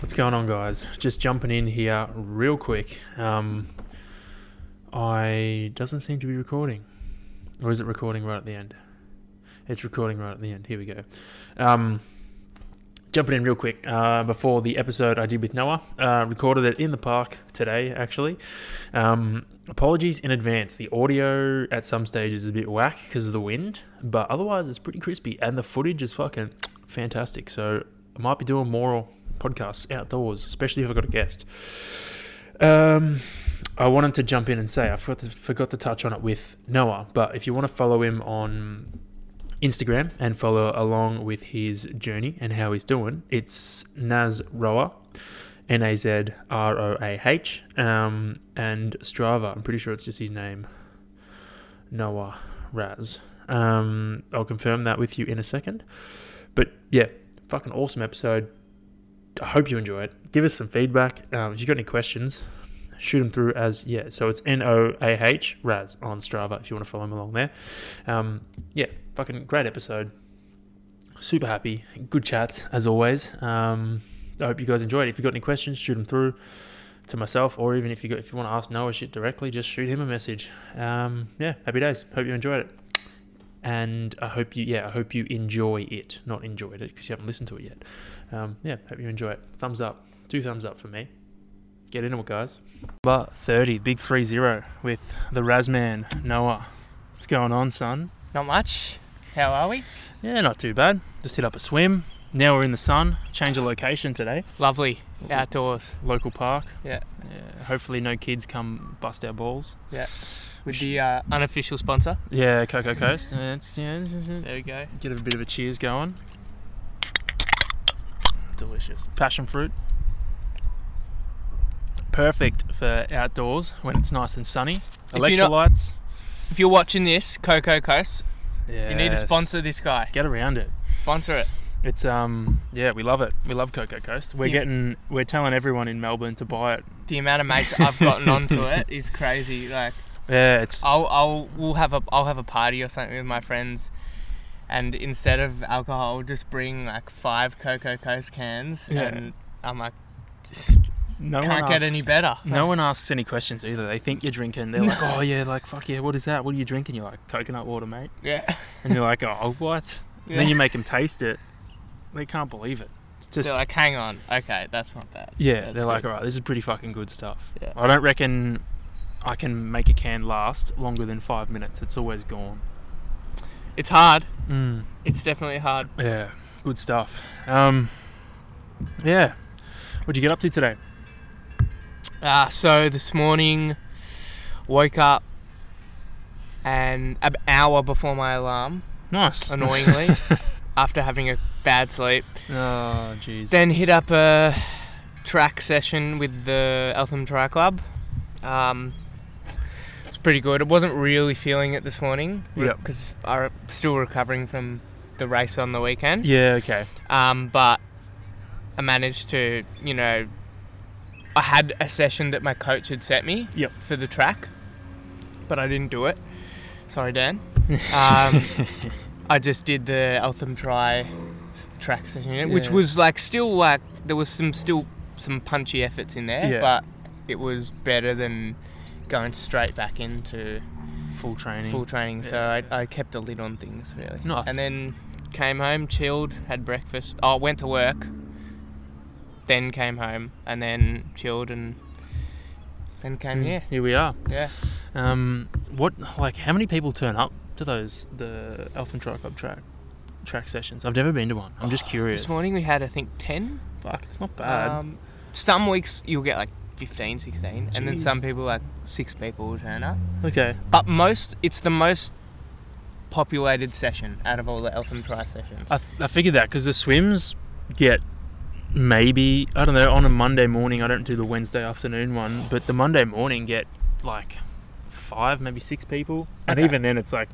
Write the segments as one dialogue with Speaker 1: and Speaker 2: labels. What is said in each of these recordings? Speaker 1: What's going on, guys? Just jumping in here real quick. Um, I doesn't seem to be recording, or is it recording right at the end? It's recording right at the end. Here we go. Um, jumping in real quick uh, before the episode I did with Noah. Uh, recorded it in the park today, actually. Um, apologies in advance. The audio at some stage is a bit whack because of the wind, but otherwise it's pretty crispy, and the footage is fucking fantastic. So I might be doing more podcasts outdoors, especially if I've got a guest. Um, I wanted to jump in and say I forgot to, forgot to touch on it with Noah, but if you want to follow him on Instagram and follow along with his journey and how he's doing. It's Naz Roa, N A Z R O A H, um, and Strava. I'm pretty sure it's just his name, Noah Raz. Um, I'll confirm that with you in a second. But yeah, fucking awesome episode. I hope you enjoy it. Give us some feedback. Um, if you've got any questions, shoot them through as, yeah, so it's N O A H Raz on Strava if you want to follow him along there. Um, yeah, fucking great episode. Super happy. Good chats, as always. Um, I hope you guys enjoyed. If you've got any questions, shoot them through to myself, or even if you got, if you want to ask Noah shit directly, just shoot him a message. Um, yeah, happy days. Hope you enjoyed it. And I hope you, yeah, I hope you enjoy it, not enjoyed it because you haven't listened to it yet. Um, yeah, hope you enjoy it. Thumbs up, two thumbs up for me. Get into it, guys. But 30, big 3 0 with the Razman, Noah. What's going on, son?
Speaker 2: Not much. How are we?
Speaker 1: Yeah, not too bad. Just hit up a swim. Now we're in the sun. Change of location today.
Speaker 2: Lovely. Outdoors
Speaker 1: Local park.
Speaker 2: Yeah.
Speaker 1: yeah. Hopefully, no kids come bust our balls.
Speaker 2: with the uh, unofficial sponsor.
Speaker 1: Yeah, Coco Coast. Yeah, it's- yeah, it's- it's-
Speaker 2: There we go.
Speaker 1: Get a bit of a cheers going. Delicious. Passion fruit. Perfect for outdoors when it's nice and sunny.
Speaker 2: If you're not-
Speaker 1: Electrolytes.
Speaker 2: If you're watching this, Coco Coast,
Speaker 1: Yeah.
Speaker 2: you need to sponsor this guy.
Speaker 1: Get around it.
Speaker 2: Sponsor it.
Speaker 1: It's um yeah we love it we love Coco Coast we're
Speaker 2: Yeah.
Speaker 1: getting we're telling everyone in Melbourne to buy it
Speaker 2: The amount of mates I've gotten onto it is crazy. Like
Speaker 1: yeah it's
Speaker 2: I'll, I'll we'll have a I'll have a party or something with my friends, and instead of alcohol, I'll just bring like five Coco Coast cans,
Speaker 1: Yeah.
Speaker 2: and I'm like, just
Speaker 1: no one
Speaker 2: can't get
Speaker 1: asks-
Speaker 2: any better.
Speaker 1: No one asks any questions either. They think you're drinking. They're like, oh yeah, like fuck yeah, what is that? What are you drinking? You're like coconut water, mate.
Speaker 2: Yeah.
Speaker 1: And you're like, oh what? And then
Speaker 2: Yeah.
Speaker 1: you make them taste it. They can't believe it. It's just
Speaker 2: They're like, hang on. Okay, that's not bad.
Speaker 1: yeah. They're
Speaker 2: That's
Speaker 1: like,
Speaker 2: good.
Speaker 1: all right, this is pretty fucking good stuff.
Speaker 2: Yeah.
Speaker 1: I don't reckon I can make a can last longer than five minutes. It's always gone.
Speaker 2: it's hard.
Speaker 1: Mm.
Speaker 2: It's definitely hard.
Speaker 1: Yeah, good stuff. Um, yeah. What'd you get up to today?
Speaker 2: Uh, so this morning, woke up and an hour before my alarm,
Speaker 1: Nice.
Speaker 2: annoyingly, after having a bad sleep.
Speaker 1: Oh jeez.
Speaker 2: Then hit up a track session with the Eltham Tri Club. Um, it's pretty good. It wasn't really feeling it this morning
Speaker 1: Yep.
Speaker 2: because I'm still recovering from the race on the weekend.
Speaker 1: Yeah. Okay.
Speaker 2: Um, but I managed to, you know, I had a session that my coach had set me
Speaker 1: Yep.
Speaker 2: for the track, but I didn't do it. Sorry, Dan. Um, I just did the Eltham Tri s- track session, which
Speaker 1: Yeah.
Speaker 2: was like still like there was some still some punchy efforts in there,
Speaker 1: Yeah.
Speaker 2: but it was better than going straight back into
Speaker 1: Full training.
Speaker 2: full training. So
Speaker 1: Yeah.
Speaker 2: I, I kept a lid on things really.
Speaker 1: Nice.
Speaker 2: And then came home, chilled, had breakfast. Oh, went to work. Then came home and then chilled and then came
Speaker 1: Mm,
Speaker 2: here.
Speaker 1: Here we are.
Speaker 2: Yeah.
Speaker 1: Um, what like how many people turn up to those the Elfin Tri Club track track sessions? I've never been to one. I'm just curious.
Speaker 2: Oh, This morning we had I think ten.
Speaker 1: Fuck, it's not bad.
Speaker 2: Um, some weeks you'll get like 15, 16, and then
Speaker 1: Jeez.
Speaker 2: some people like six people will turn up.
Speaker 1: okay.
Speaker 2: But most, it's the most populated session out of all the Eltham Tri sessions.
Speaker 1: I, I figured that because the swims get maybe I don't know on a Monday morning. I don't do the Wednesday afternoon one, but the Monday morning get like five, maybe six people, and
Speaker 2: Okay.
Speaker 1: even then it's like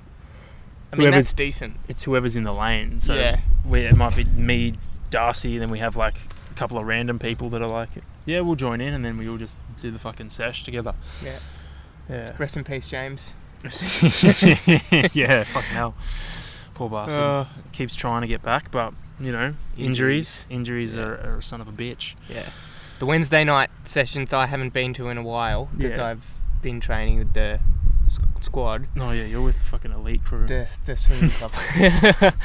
Speaker 2: I mean
Speaker 1: whoever's-
Speaker 2: that's decent.
Speaker 1: it's whoever's in the lane. So
Speaker 2: yeah.
Speaker 1: we, it might be me, Darcy, and then we have like a couple of random people that are like, yeah, we'll join in, and then we all just do the fucking sesh together.
Speaker 2: Yeah.
Speaker 1: Yeah.
Speaker 2: Rest in peace, James.
Speaker 1: yeah, fucking hell. Poor bastard.
Speaker 2: Uh,
Speaker 1: Keeps trying to get back, but, you know, injuries. Injuries,
Speaker 2: Yeah.
Speaker 1: are, are a son of a bitch.
Speaker 2: Yeah. The Wednesday night sessions I haven't been to in a while because
Speaker 1: Yeah.
Speaker 2: I've been training with the s- squad.
Speaker 1: Oh, yeah, you're with the fucking elite crew.
Speaker 2: the the swimming club.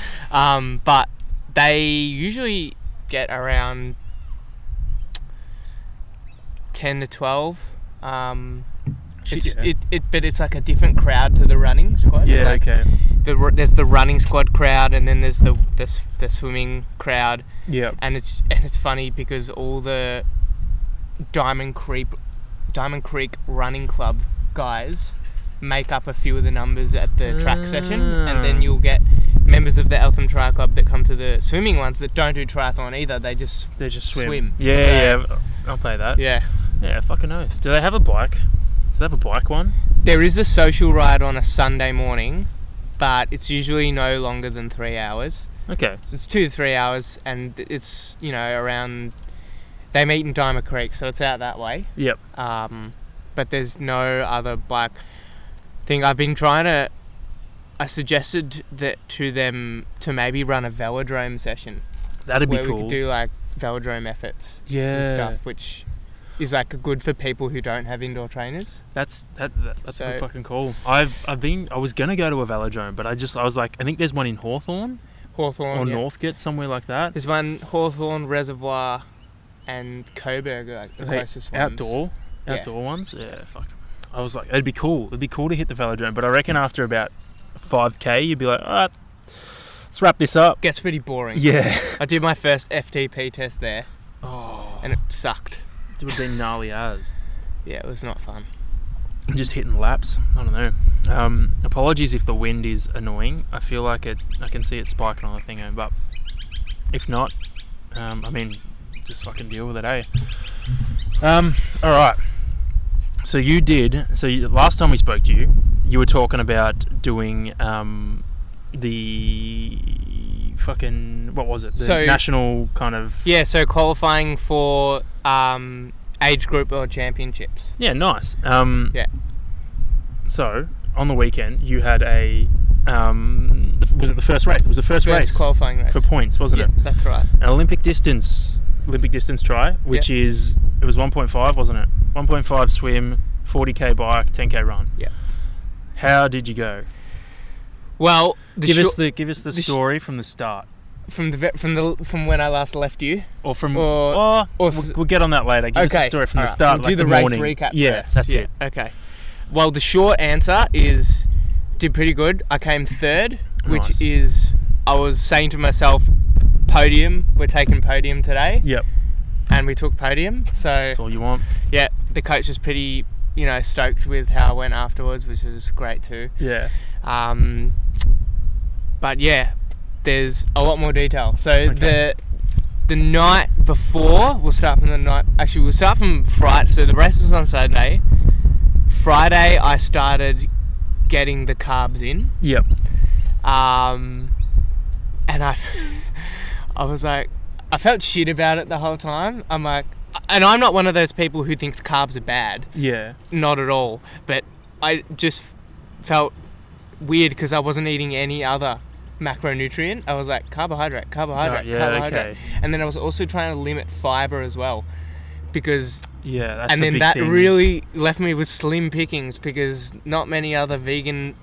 Speaker 2: um, but they usually get around ten to twelve. Um,
Speaker 1: Shit,
Speaker 2: it's,
Speaker 1: yeah.
Speaker 2: it, it, but it's like a different crowd to the running squad.
Speaker 1: yeah,
Speaker 2: like
Speaker 1: okay.
Speaker 2: the, ru- there's the running squad crowd, and then there's the, the s- the swimming crowd,
Speaker 1: Yeah.
Speaker 2: and it's and it's funny because all the Diamond Creek Diamond Creek Running Club guys make up a few of the numbers at the track session, and
Speaker 1: Ah.
Speaker 2: then you'll get members of the Eltham Tri Club that come to the swimming ones that don't do triathlon either. They just
Speaker 1: They just swim.
Speaker 2: swim.
Speaker 1: Yeah, yeah. I'll play that. Yeah.
Speaker 2: yeah.
Speaker 1: fucking oath. Do they have a bike? Do they have a bike one?
Speaker 2: There is a social ride on a Sunday morning, but it's usually no longer than three hours.
Speaker 1: Okay.
Speaker 2: It's two to three hours, and it's you know around. They meet in Diamond Creek, so it's out that way.
Speaker 1: Yep.
Speaker 2: um, but there's no other bike thing. I've been trying to. I suggested that to them to maybe run a velodrome session
Speaker 1: That'd be
Speaker 2: where we
Speaker 1: cool.
Speaker 2: could do like velodrome efforts and
Speaker 1: yeah.
Speaker 2: stuff, which is like good for people who don't have indoor trainers.
Speaker 1: That's that, that that's a good
Speaker 2: So-
Speaker 1: fucking call. I've I've been I was gonna go to a velodrome, but I just I was like I think there's one in Hawthorn
Speaker 2: Hawthorne.
Speaker 1: or
Speaker 2: Oh, yeah.
Speaker 1: Northgate somewhere like that.
Speaker 2: There's one Hawthorne Reservoir and Coburg, are, like the
Speaker 1: Like,
Speaker 2: closest ones.
Speaker 1: outdoor
Speaker 2: Yeah.
Speaker 1: outdoor ones. Yeah, fuck. I was like it'd be cool. It'd be cool to hit the velodrome, but I reckon after about five k, you'd be like, all right, let's wrap this up.
Speaker 2: Gets pretty boring.
Speaker 1: Yeah.
Speaker 2: I did my first FTP test there
Speaker 1: Oh,
Speaker 2: and it sucked.
Speaker 1: it would be gnarly as.
Speaker 2: Yeah, it was not fun.
Speaker 1: just hitting laps. I don't know. Um, apologies if the wind is annoying. I feel like it. I can see it spiking on the thingo, but if not, um, I mean, just fucking deal with it, eh? Um, all right. So you did. So you, last time we spoke to you, you were talking about doing um, the fucking what was it? The
Speaker 2: So-
Speaker 1: national kind of
Speaker 2: Yeah, so qualifying for um, age group world championships.
Speaker 1: Yeah, nice. Um,
Speaker 2: Yeah.
Speaker 1: So on the weekend, you had a um, was it the first race? It was the first,
Speaker 2: First
Speaker 1: race
Speaker 2: qualifying race.
Speaker 1: for points, wasn't
Speaker 2: yeah,
Speaker 1: it?
Speaker 2: that's right.
Speaker 1: An Olympic distance, Olympic distance try, which is it was 1.5, wasn't it? 1.5 swim, 40k bike, 10k run.
Speaker 2: Yeah.
Speaker 1: How did you go?
Speaker 2: Well, the
Speaker 1: give us
Speaker 2: shor-
Speaker 1: the give us the,
Speaker 2: the sh-
Speaker 1: story from the start,
Speaker 2: from the ve- from the from when I last left you.
Speaker 1: or from
Speaker 2: Or-
Speaker 1: oh,
Speaker 2: or
Speaker 1: we'll,
Speaker 2: s-
Speaker 1: we'll get on that later. Give us
Speaker 2: okay,
Speaker 1: the story from the
Speaker 2: alright,
Speaker 1: start,
Speaker 2: We'll
Speaker 1: like
Speaker 2: do the,
Speaker 1: the,
Speaker 2: race
Speaker 1: morning.
Speaker 2: recap.
Speaker 1: Yeah,
Speaker 2: first.
Speaker 1: that's
Speaker 2: yeah.
Speaker 1: it.
Speaker 2: Okay. Well, the short answer is did pretty good. I came third, which
Speaker 1: Nice.
Speaker 2: is I was saying to myself, podium. We're taking podium today,
Speaker 1: Yep,
Speaker 2: and we took podium. So
Speaker 1: that's all you want.
Speaker 2: yeah, the coach was pretty, you know, stoked with how I went afterwards, which was great too.
Speaker 1: Yeah.
Speaker 2: Um, but yeah, there's a lot more detail. So
Speaker 1: Okay.
Speaker 2: the the night before, we'll start from the night. Actually, we'll start from Friday. So the race was on Saturday. Friday, I started getting the carbs in,
Speaker 1: Yep.
Speaker 2: um, and I I was like, I felt shit about it the whole time. I'm like, and I'm not one of those people who thinks carbs are bad
Speaker 1: Yeah.
Speaker 2: not at all. But I just felt weird because I wasn't eating any other macronutrient. I was like carbohydrate, carbohydrate,
Speaker 1: Oh, yeah,
Speaker 2: carbohydrate,
Speaker 1: okay.
Speaker 2: and then I was also trying to limit fiber as well, because
Speaker 1: Yeah. That's
Speaker 2: and
Speaker 1: a
Speaker 2: then
Speaker 1: big
Speaker 2: that
Speaker 1: thing.
Speaker 2: really left me with slim pickings because not many other vegan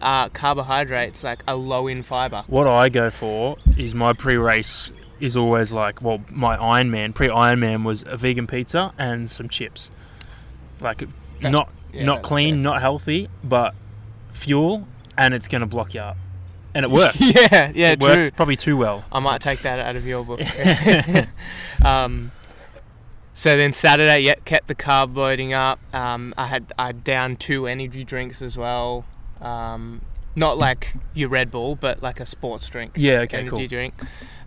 Speaker 2: uh, carbohydrates like are low in fiber.
Speaker 1: what I go for is my pre-race is always like, well, my Iron Man pre Iron Man was a vegan pizza and some chips, like not
Speaker 2: yeah,
Speaker 1: not
Speaker 2: that's
Speaker 1: clean,
Speaker 2: fair.
Speaker 1: not healthy, but fuel, and it's gonna block you up, and it worked.
Speaker 2: yeah, yeah,
Speaker 1: it
Speaker 2: true.
Speaker 1: worked probably too well.
Speaker 2: I might take that out of your book. um, so then Saturday, yeah, kept the carb loading up. Um, I had I downed two energy drinks as well. Um, not like your Red Bull, but like a sports drink.
Speaker 1: Yeah. Okay.
Speaker 2: energy
Speaker 1: Cool.
Speaker 2: drink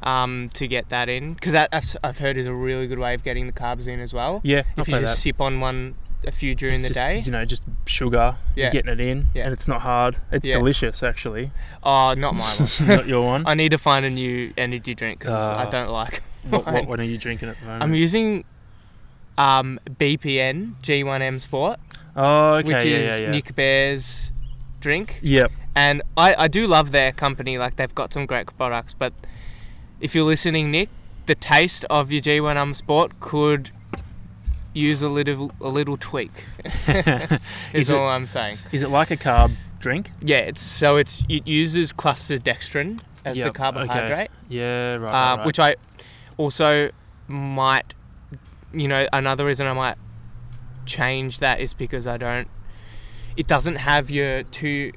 Speaker 2: um, to get that in because that I've, I've heard is a really good way of getting the carbs in as well.
Speaker 1: Yeah. I'll
Speaker 2: if you
Speaker 1: play
Speaker 2: just
Speaker 1: that.
Speaker 2: sip on one a few during
Speaker 1: It's
Speaker 2: the
Speaker 1: just,
Speaker 2: day.
Speaker 1: you know, just sugar, you're
Speaker 2: Yeah.
Speaker 1: getting it in,
Speaker 2: Yeah.
Speaker 1: and it's not hard. It's
Speaker 2: Yeah.
Speaker 1: delicious, actually.
Speaker 2: Oh, not my one.
Speaker 1: not your one.
Speaker 2: I need to find a new energy drink because
Speaker 1: Ah.
Speaker 2: I don't like
Speaker 1: what, what,
Speaker 2: mine. Mm.
Speaker 1: what are you drinking at the moment?
Speaker 2: I'm using um, BPN G1M Sport.
Speaker 1: Oh, okay.
Speaker 2: which
Speaker 1: yeah,
Speaker 2: is
Speaker 1: yeah, yeah.
Speaker 2: Nick Bear's drink.
Speaker 1: Yep.
Speaker 2: And I, I do love their company. Like they've got some great products, but if you're listening, Nick, the taste of your G1 Um Sport could use a little a little tweak.
Speaker 1: Is
Speaker 2: is
Speaker 1: it-
Speaker 2: all I'm saying.
Speaker 1: Is it like a carb drink?
Speaker 2: Yeah, it's so it's it uses clustered dextrin as
Speaker 1: Yep,
Speaker 2: the
Speaker 1: okay.
Speaker 2: carbohydrate,
Speaker 1: Yeah, right.
Speaker 2: uh, which I also might, you know, another reason I might change that is because I don't. It doesn't have your two,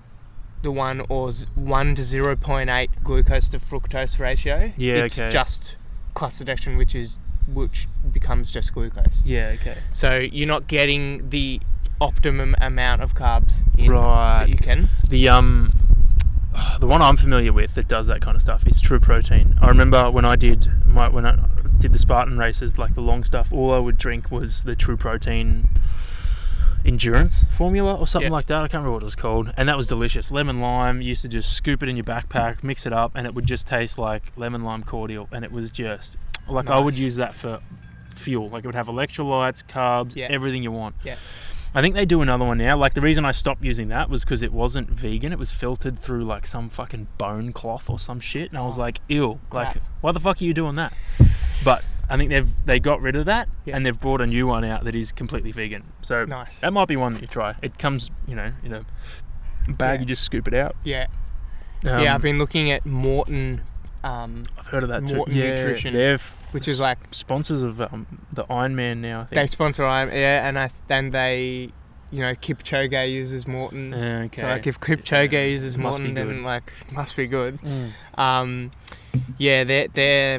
Speaker 2: the one or z- one to zero point eight glucose to fructose ratio.
Speaker 1: Yeah,
Speaker 2: it's
Speaker 1: okay.
Speaker 2: just clustered dextrin, which is which becomes just glucose.
Speaker 1: yeah, okay.
Speaker 2: So you're not getting the optimum amount of carbs in that you
Speaker 1: Right.
Speaker 2: can.
Speaker 1: The um, the one I'm familiar with that does that kind of stuff is True Protein.
Speaker 2: Mm.
Speaker 1: I remember when I did my when I did the Spartan races, like the long stuff. All I would drink was the True Protein endurance formula or something
Speaker 2: Yeah.
Speaker 1: like that. I can't remember what it was called, and that was delicious. Lemon lime. You used to just scoop it in your backpack, mix it up, and it would just taste like lemon lime cordial, and it was just like I would
Speaker 2: Nice.
Speaker 1: use that for fuel. Like it would have electrolytes, carbs,
Speaker 2: Yeah.
Speaker 1: everything you want.
Speaker 2: Yeah.
Speaker 1: I think they do another one now. Like the reason I stopped using that was because it wasn't vegan. It was filtered through like some fucking bone cloth or some shit, and I was
Speaker 2: Oh,
Speaker 1: like, ew. Like,
Speaker 2: crap.
Speaker 1: why the fuck are you doing that? But I think they've they got rid of that,
Speaker 2: Yeah.
Speaker 1: and they've brought a new one out that is completely vegan. So
Speaker 2: Nice.
Speaker 1: that might be one that you try. It comes, you know, in a bag.
Speaker 2: Yeah.
Speaker 1: You just scoop it out.
Speaker 2: Yeah.
Speaker 1: Um,
Speaker 2: yeah, I've been looking at Morton, um,
Speaker 1: I've heard of that too.
Speaker 2: Morton Nutrition,
Speaker 1: they're
Speaker 2: which is like
Speaker 1: sponsors of um, the Iron Man now. I think.
Speaker 2: they sponsor I'm yeah, and I then they, you know, Kipchoge uses Morton.
Speaker 1: Okay.
Speaker 2: So like if Kipchoge
Speaker 1: Yeah,
Speaker 2: uses
Speaker 1: it must be
Speaker 2: Morton,
Speaker 1: good.
Speaker 2: then like must be good.
Speaker 1: Mm.
Speaker 2: Um, yeah, their their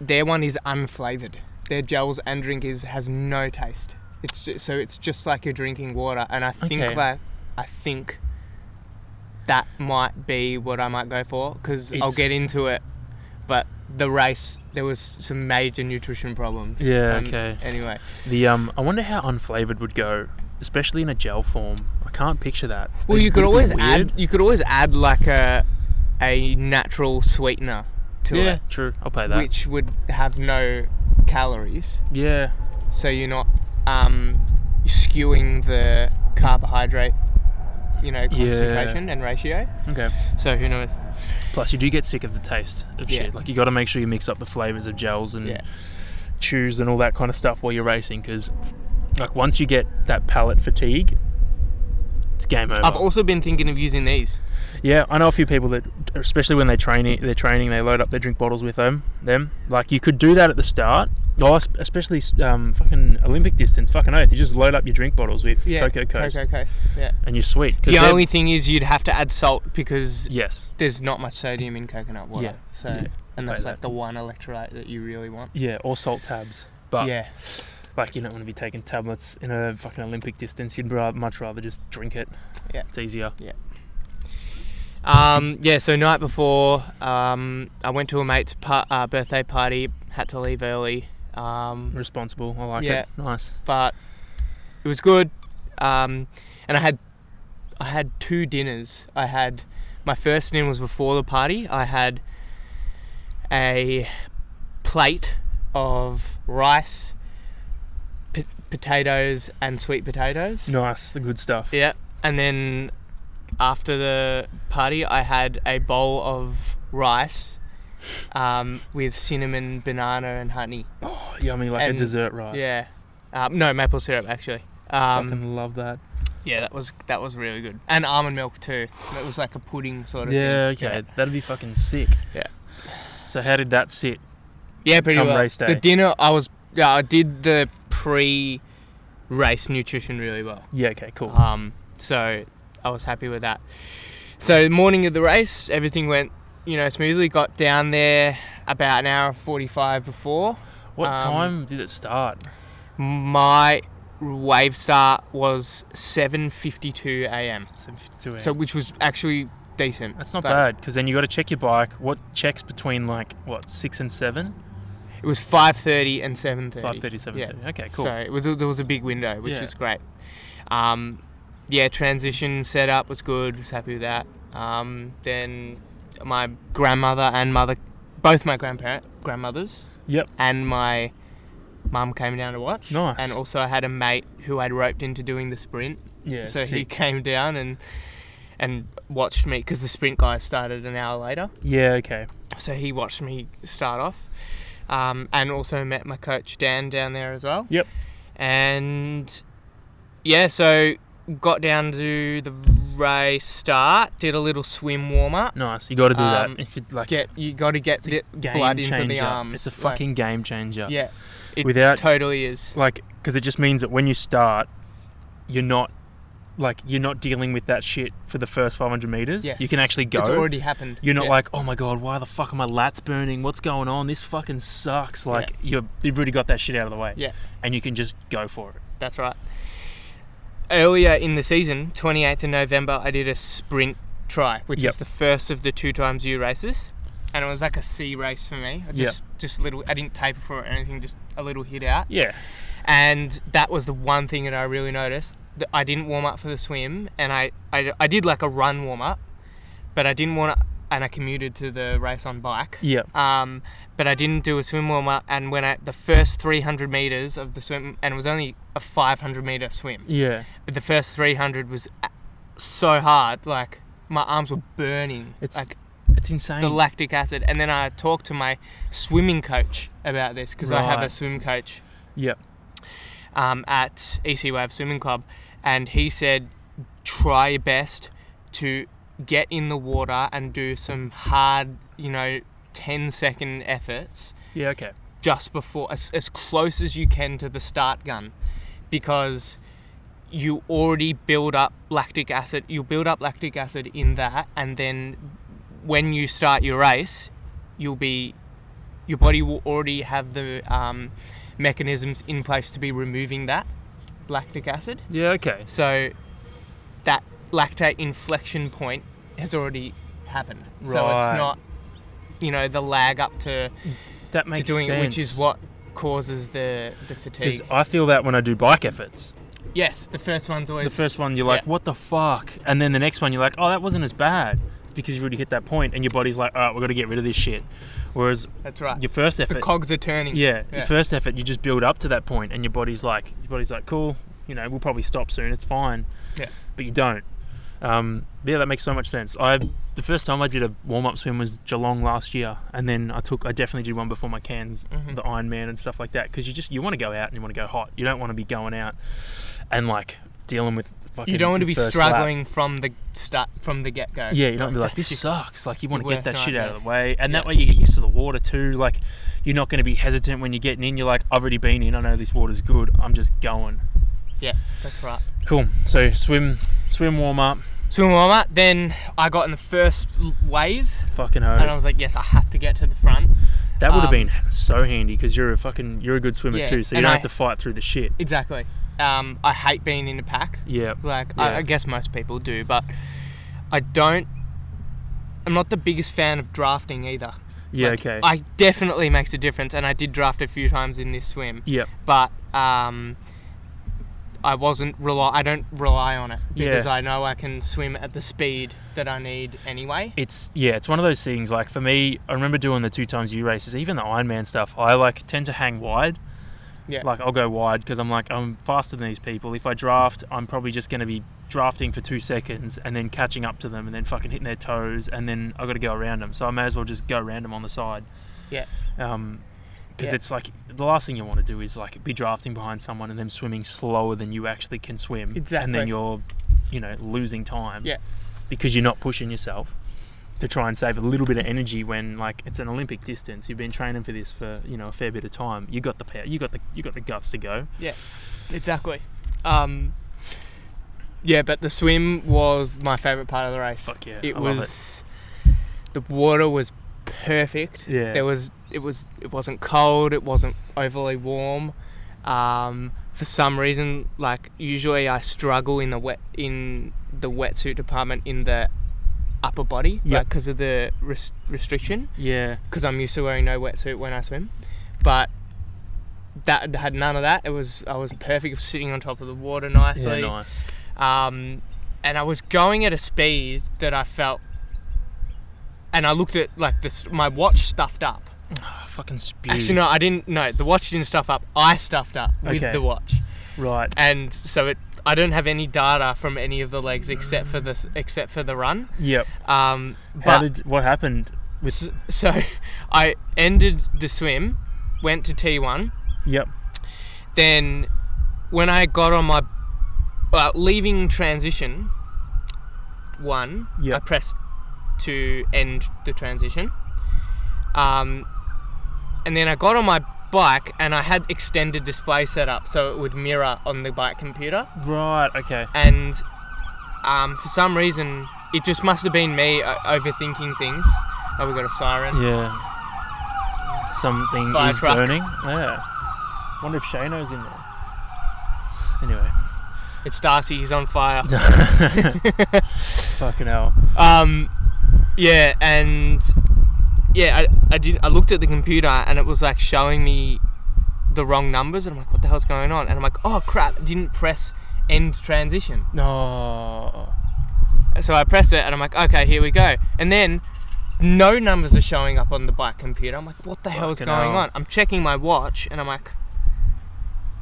Speaker 2: their one is unflavored. Their gels and drink is has no taste. It's just, so it's just like you're drinking water, and I think
Speaker 1: Okay.
Speaker 2: that I think that might be what I might go for because I'll
Speaker 1: It's-
Speaker 2: get into it. But the race, there was some major nutrition problems.
Speaker 1: Yeah,
Speaker 2: Um,
Speaker 1: okay.
Speaker 2: Anyway,
Speaker 1: The um, I wonder how unflavored would go, especially in a gel form. I can't picture that.
Speaker 2: well,
Speaker 1: Would-
Speaker 2: you
Speaker 1: would
Speaker 2: could
Speaker 1: it
Speaker 2: always
Speaker 1: be
Speaker 2: add
Speaker 1: weird?
Speaker 2: you could always add like a a natural sweetener to
Speaker 1: yeah,
Speaker 2: it,
Speaker 1: true. I'll pay that.
Speaker 2: which would have no calories.
Speaker 1: yeah,
Speaker 2: so you're not um, skewing the carbohydrate, you know, concentration and ratio.
Speaker 1: okay.
Speaker 2: So who knows?
Speaker 1: Plus, you do get sick of the taste of
Speaker 2: Yeah.
Speaker 1: shit. Like you got to make sure you mix up the flavors of gels and
Speaker 2: Yeah.
Speaker 1: chews and all that kind of stuff while you're racing, because like once you get that palate fatigue, it's game over.
Speaker 2: I've also been thinking of using these.
Speaker 1: Yeah, I know a few people that, especially when they train, they're training, they load up their drink bottles with them. Them like you could do that at the start. Oh, es- especially um, fucking Olympic distance, fucking oath. You just load up your drink bottles with
Speaker 2: Yeah,
Speaker 1: Cocoa Coast,
Speaker 2: Cocoa Coast. Yeah.
Speaker 1: and you're sweet. 'cause
Speaker 2: The
Speaker 1: they're-
Speaker 2: only thing is you'd have to add salt because
Speaker 1: yes,
Speaker 2: there's not much sodium in coconut water.
Speaker 1: Yeah,
Speaker 2: So
Speaker 1: yeah,
Speaker 2: and that's
Speaker 1: like
Speaker 2: like
Speaker 1: that.
Speaker 2: the one electrolyte that you really want.
Speaker 1: yeah, or salt tabs. But
Speaker 2: yeah.
Speaker 1: like you don't want to be taking tablets in a fucking Olympic distance. You'd ra- much rather just drink it.
Speaker 2: Yeah.
Speaker 1: it's easier.
Speaker 2: Um, yeah, so night before, um, I went to a mate's pa- uh, birthday party, had to leave early. Um,
Speaker 1: Responsible. I like
Speaker 2: Yeah.
Speaker 1: it. Nice.
Speaker 2: but it was good. Um, and I had I had two dinners. I had my first dinner was before the party. I had a plate of rice, p- potatoes, and sweet potatoes.
Speaker 1: Nice. The good stuff.
Speaker 2: Yeah, and then after the party, I had a bowl of rice um, with cinnamon, banana, and honey.
Speaker 1: Oh, yummy, like a
Speaker 2: And-
Speaker 1: dessert rice.
Speaker 2: Yeah, um, no maple syrup actually. Um,
Speaker 1: fucking love that.
Speaker 2: Yeah, that was that was really good, and almond milk too. It was like a pudding sort of
Speaker 1: Yeah,
Speaker 2: thing.
Speaker 1: okay. That'd be fucking sick.
Speaker 2: Yeah.
Speaker 1: So how did that sit?
Speaker 2: yeah, yeah, pretty
Speaker 1: Come
Speaker 2: well.
Speaker 1: race day.
Speaker 2: The dinner, I was yeah, I did the pre-race nutrition really well.
Speaker 1: Yeah, okay, cool.
Speaker 2: Um, so I was happy with that. So morning of the race, everything went you know smoothly. Got down there about an hour forty-five before
Speaker 1: what
Speaker 2: um,
Speaker 1: time did it start?
Speaker 2: my wave start was seven fifty-two a.m.
Speaker 1: 7:52
Speaker 2: So
Speaker 1: a.m..
Speaker 2: which was actually decent.
Speaker 1: that's not
Speaker 2: But
Speaker 1: bad because then you got to check your bike. What checks between like what six and seven?
Speaker 2: It was five thirty and seven thirty.
Speaker 1: Five thirty, seven thirty. Okay, cool.
Speaker 2: So it was there was a big window, which
Speaker 1: Yeah.
Speaker 2: was great. Um, yeah, transition setup was good. Was happy with that. Um, then my grandmother and mother, both my grandparent grandmothers
Speaker 1: yep.
Speaker 2: and my mum came down to watch.
Speaker 1: Nice.
Speaker 2: And also, I had a mate who I'd roped into doing the sprint.
Speaker 1: Yeah.
Speaker 2: so he
Speaker 1: sick.
Speaker 2: came down and and watched me because the sprint guy started an hour later.
Speaker 1: Yeah. Okay.
Speaker 2: So he watched me start off, um, and also met my coach Dan down there as well.
Speaker 1: Yep.
Speaker 2: And yeah, so got down to the race start, did a little swim warm up.
Speaker 1: Nice. You got to do
Speaker 2: Um,
Speaker 1: that. If you like
Speaker 2: Get you got to get the
Speaker 1: game
Speaker 2: blood into
Speaker 1: changer.
Speaker 2: the arms.
Speaker 1: It's a
Speaker 2: like,
Speaker 1: fucking game changer.
Speaker 2: yeah. It
Speaker 1: Without-
Speaker 2: totally is.
Speaker 1: like because it just means that when you start you're not like you're not dealing with that shit for the first 500 meters
Speaker 2: Yes.
Speaker 1: you can actually go
Speaker 2: It's already happened.
Speaker 1: you're not
Speaker 2: Yeah.
Speaker 1: like oh my god why the fuck are my lats burning what's going on this fucking sucks like you're, you've already got that shit out of the way
Speaker 2: Yeah.
Speaker 1: and you can just go for it
Speaker 2: That's right. Earlier in the season, 28th of November, I did a sprint try, which
Speaker 1: Yep.
Speaker 2: was the first of the two times U races, and it was like a C race for me. I just just little. I didn't taper for it or anything. Just a little hit out,
Speaker 1: yeah
Speaker 2: and that was the one thing that I really noticed. That I didn't warm up for the swim, and I I, I did like a run warm up, but I didn't want to. And I commuted to the race on bike.
Speaker 1: yeah
Speaker 2: Um, but I didn't do a swim warm up, and when I the first 300 meters of the swim, and it was only a 500 meter swim,
Speaker 1: yeah
Speaker 2: but the first 300 was a- so hard, like my arms were burning,
Speaker 1: It's
Speaker 2: like
Speaker 1: it's insane
Speaker 2: the lactic acid. And then I talked to my swimming coach about this because I have a
Speaker 1: Right.
Speaker 2: swim coach
Speaker 1: yeah
Speaker 2: um, at EC Wave Swimming Club, and he said try your best to get in the water and do some hard, you know, 10 second efforts
Speaker 1: yeah okay
Speaker 2: just before, as, as close as you can to the start gun, because you already build up lactic acid. You build up lactic acid in that, and then when you start your race, you'll be, your body will already have the um, mechanisms in place to be removing that lactic acid.
Speaker 1: yeah okay
Speaker 2: So that lactate inflection point has already happened. So
Speaker 1: Right.
Speaker 2: it's not, you know, the lag up to
Speaker 1: that makes
Speaker 2: to doing
Speaker 1: sense
Speaker 2: it, which is what causes the the fatigue.
Speaker 1: because i feel that when i do bike efforts
Speaker 2: yes, the first one's always
Speaker 1: the first one you're like
Speaker 2: yeah.
Speaker 1: what the fuck and then the next one you're like oh that wasn't as bad it's because you've already hit that point and your body's like all right we've got to get rid of this shit whereas
Speaker 2: That's right.
Speaker 1: your first
Speaker 2: Uh, the
Speaker 1: effort
Speaker 2: cogs are turning.
Speaker 1: yeah,
Speaker 2: Yeah.
Speaker 1: your first effort you just build up to that point and your body's like your body's like cool you know we'll probably stop soon it's fine
Speaker 2: Yeah.
Speaker 1: but you don't um, yeah that makes so much sense i the first time i did a warm-up swim was geelong last year and then i took i definitely did one before my cans
Speaker 2: Mhm.
Speaker 1: the iron man and stuff like that because you just you want to go out and you want to go hot you don't want to be going out and like dealing with fucking
Speaker 2: You don't want to
Speaker 1: your
Speaker 2: be
Speaker 1: first lap.
Speaker 2: struggling from the start, from the get go.
Speaker 1: Yeah, you don't be like, this
Speaker 2: just,
Speaker 1: sucks. Like, you want to
Speaker 2: your
Speaker 1: get that
Speaker 2: worst
Speaker 1: shit out
Speaker 2: nightmare.
Speaker 1: of the way. And that
Speaker 2: Yeah.
Speaker 1: way you get used to the water too. Like, you're not going to be hesitant when you're getting in. You're like, I've already been in. I know this water's good. I'm just going.
Speaker 2: Yeah, that's right.
Speaker 1: Cool. So, swim, swim warm up.
Speaker 2: Swim warm up. Then I got in the first l- wave,
Speaker 1: Fucking
Speaker 2: and I
Speaker 1: hell.
Speaker 2: was like, yes, I have to get to the front.
Speaker 1: That would have
Speaker 2: um,
Speaker 1: been so handy because you're a fucking, you're a good swimmer
Speaker 2: Yeah,
Speaker 1: too. So, you
Speaker 2: and
Speaker 1: don't
Speaker 2: I-
Speaker 1: have to fight through the shit.
Speaker 2: Exactly. Um, I hate being in a pack.
Speaker 1: Yeah.
Speaker 2: Like
Speaker 1: Yeah.
Speaker 2: I, I guess most people do, but I don't. I'm not the biggest fan of drafting either.
Speaker 1: Yeah,
Speaker 2: Like,
Speaker 1: okay.
Speaker 2: I definitely makes a difference, and I did draft a few times in this swim,
Speaker 1: Yep.
Speaker 2: but um, I wasn't rely. I don't rely on it because
Speaker 1: Yeah.
Speaker 2: I know I can swim at the speed that I need anyway.
Speaker 1: it's yeah, it's one of those things. Like for me, I remember doing the two times U races, even the Ironman stuff. I like tend to hang wide.
Speaker 2: Yeah.
Speaker 1: Like I'll go wide because I'm like I'm faster than these people. If I draft, I'm probably just going to be drafting for two seconds and then catching up to them and then fucking hitting their toes and then I've got to go around them. So I may as well just go around them on the side.
Speaker 2: Yeah.
Speaker 1: Um, because
Speaker 2: Yeah.
Speaker 1: it's like the last thing you want to do is like be drafting behind someone and them swimming slower than you actually can swim. And
Speaker 2: Exactly.
Speaker 1: then you're, you know, losing time.
Speaker 2: Yeah.
Speaker 1: Because you're not pushing yourself to try and save a little bit of energy when like it's an Olympic distance. You've been training for this for you know a fair bit of time. You got the power. You got the you got the guts to go.
Speaker 2: Exactly. Um, yeah, but the swim was my favorite part of the race.
Speaker 1: Fuck yeah,
Speaker 2: it
Speaker 1: I love it.
Speaker 2: was the water was perfect.
Speaker 1: Yeah.
Speaker 2: There was it was it wasn't cold, it wasn't overly warm. Um, for some reason, like usually I struggle in the wet in the wetsuit department in the upper body,
Speaker 1: Yep.
Speaker 2: like because of the res- restriction,
Speaker 1: Yeah,
Speaker 2: because I'm used to wearing no wetsuit when I swim, but that had none of that. It was I was perfect sitting on top of the water nicely
Speaker 1: yeah, nice.
Speaker 2: um, and I was going at a speed that I felt, and I looked at like this, my watch stuffed up,
Speaker 1: Ah, fucking spew.
Speaker 2: Actually, no, I didn't. No, the watch didn't stuff up. I stuffed up with
Speaker 1: Okay.
Speaker 2: the watch,
Speaker 1: Right.
Speaker 2: and so it. I don't have any data from any of the legs except for this, except for the run.
Speaker 1: Yep.
Speaker 2: Um,
Speaker 1: How
Speaker 2: but
Speaker 1: did what happened? With
Speaker 2: s- so, I ended the swim, went to T1,
Speaker 1: yep.
Speaker 2: then when I got on my uh, leaving transition one,
Speaker 1: Yeah.
Speaker 2: I pressed to end the transition. Um, and then I got on my bike and I had extended display set up so it would mirror on the bike computer.
Speaker 1: Right. Okay.
Speaker 2: And um, for some reason, it just must have been me uh, overthinking things. Oh, we got a siren.
Speaker 1: Yeah. Something
Speaker 2: Fire
Speaker 1: is
Speaker 2: truck.
Speaker 1: burning. Yeah. Wonder if Shano's in there. Anyway.
Speaker 2: It's Darcy, he's on fire.
Speaker 1: Fucking hell.
Speaker 2: Um, yeah, and yeah, I, I did. I looked at the computer and it was like showing me the wrong numbers, and I'm like, what the hell's going on? And I'm like, oh crap, I didn't press end transition.
Speaker 1: No.
Speaker 2: So I pressed it, and I'm like, okay, here we go. And then no numbers are showing up on the bike computer. I'm like, what the hell's
Speaker 1: Fucking
Speaker 2: going
Speaker 1: hell.
Speaker 2: on? I'm checking my watch, and I'm like,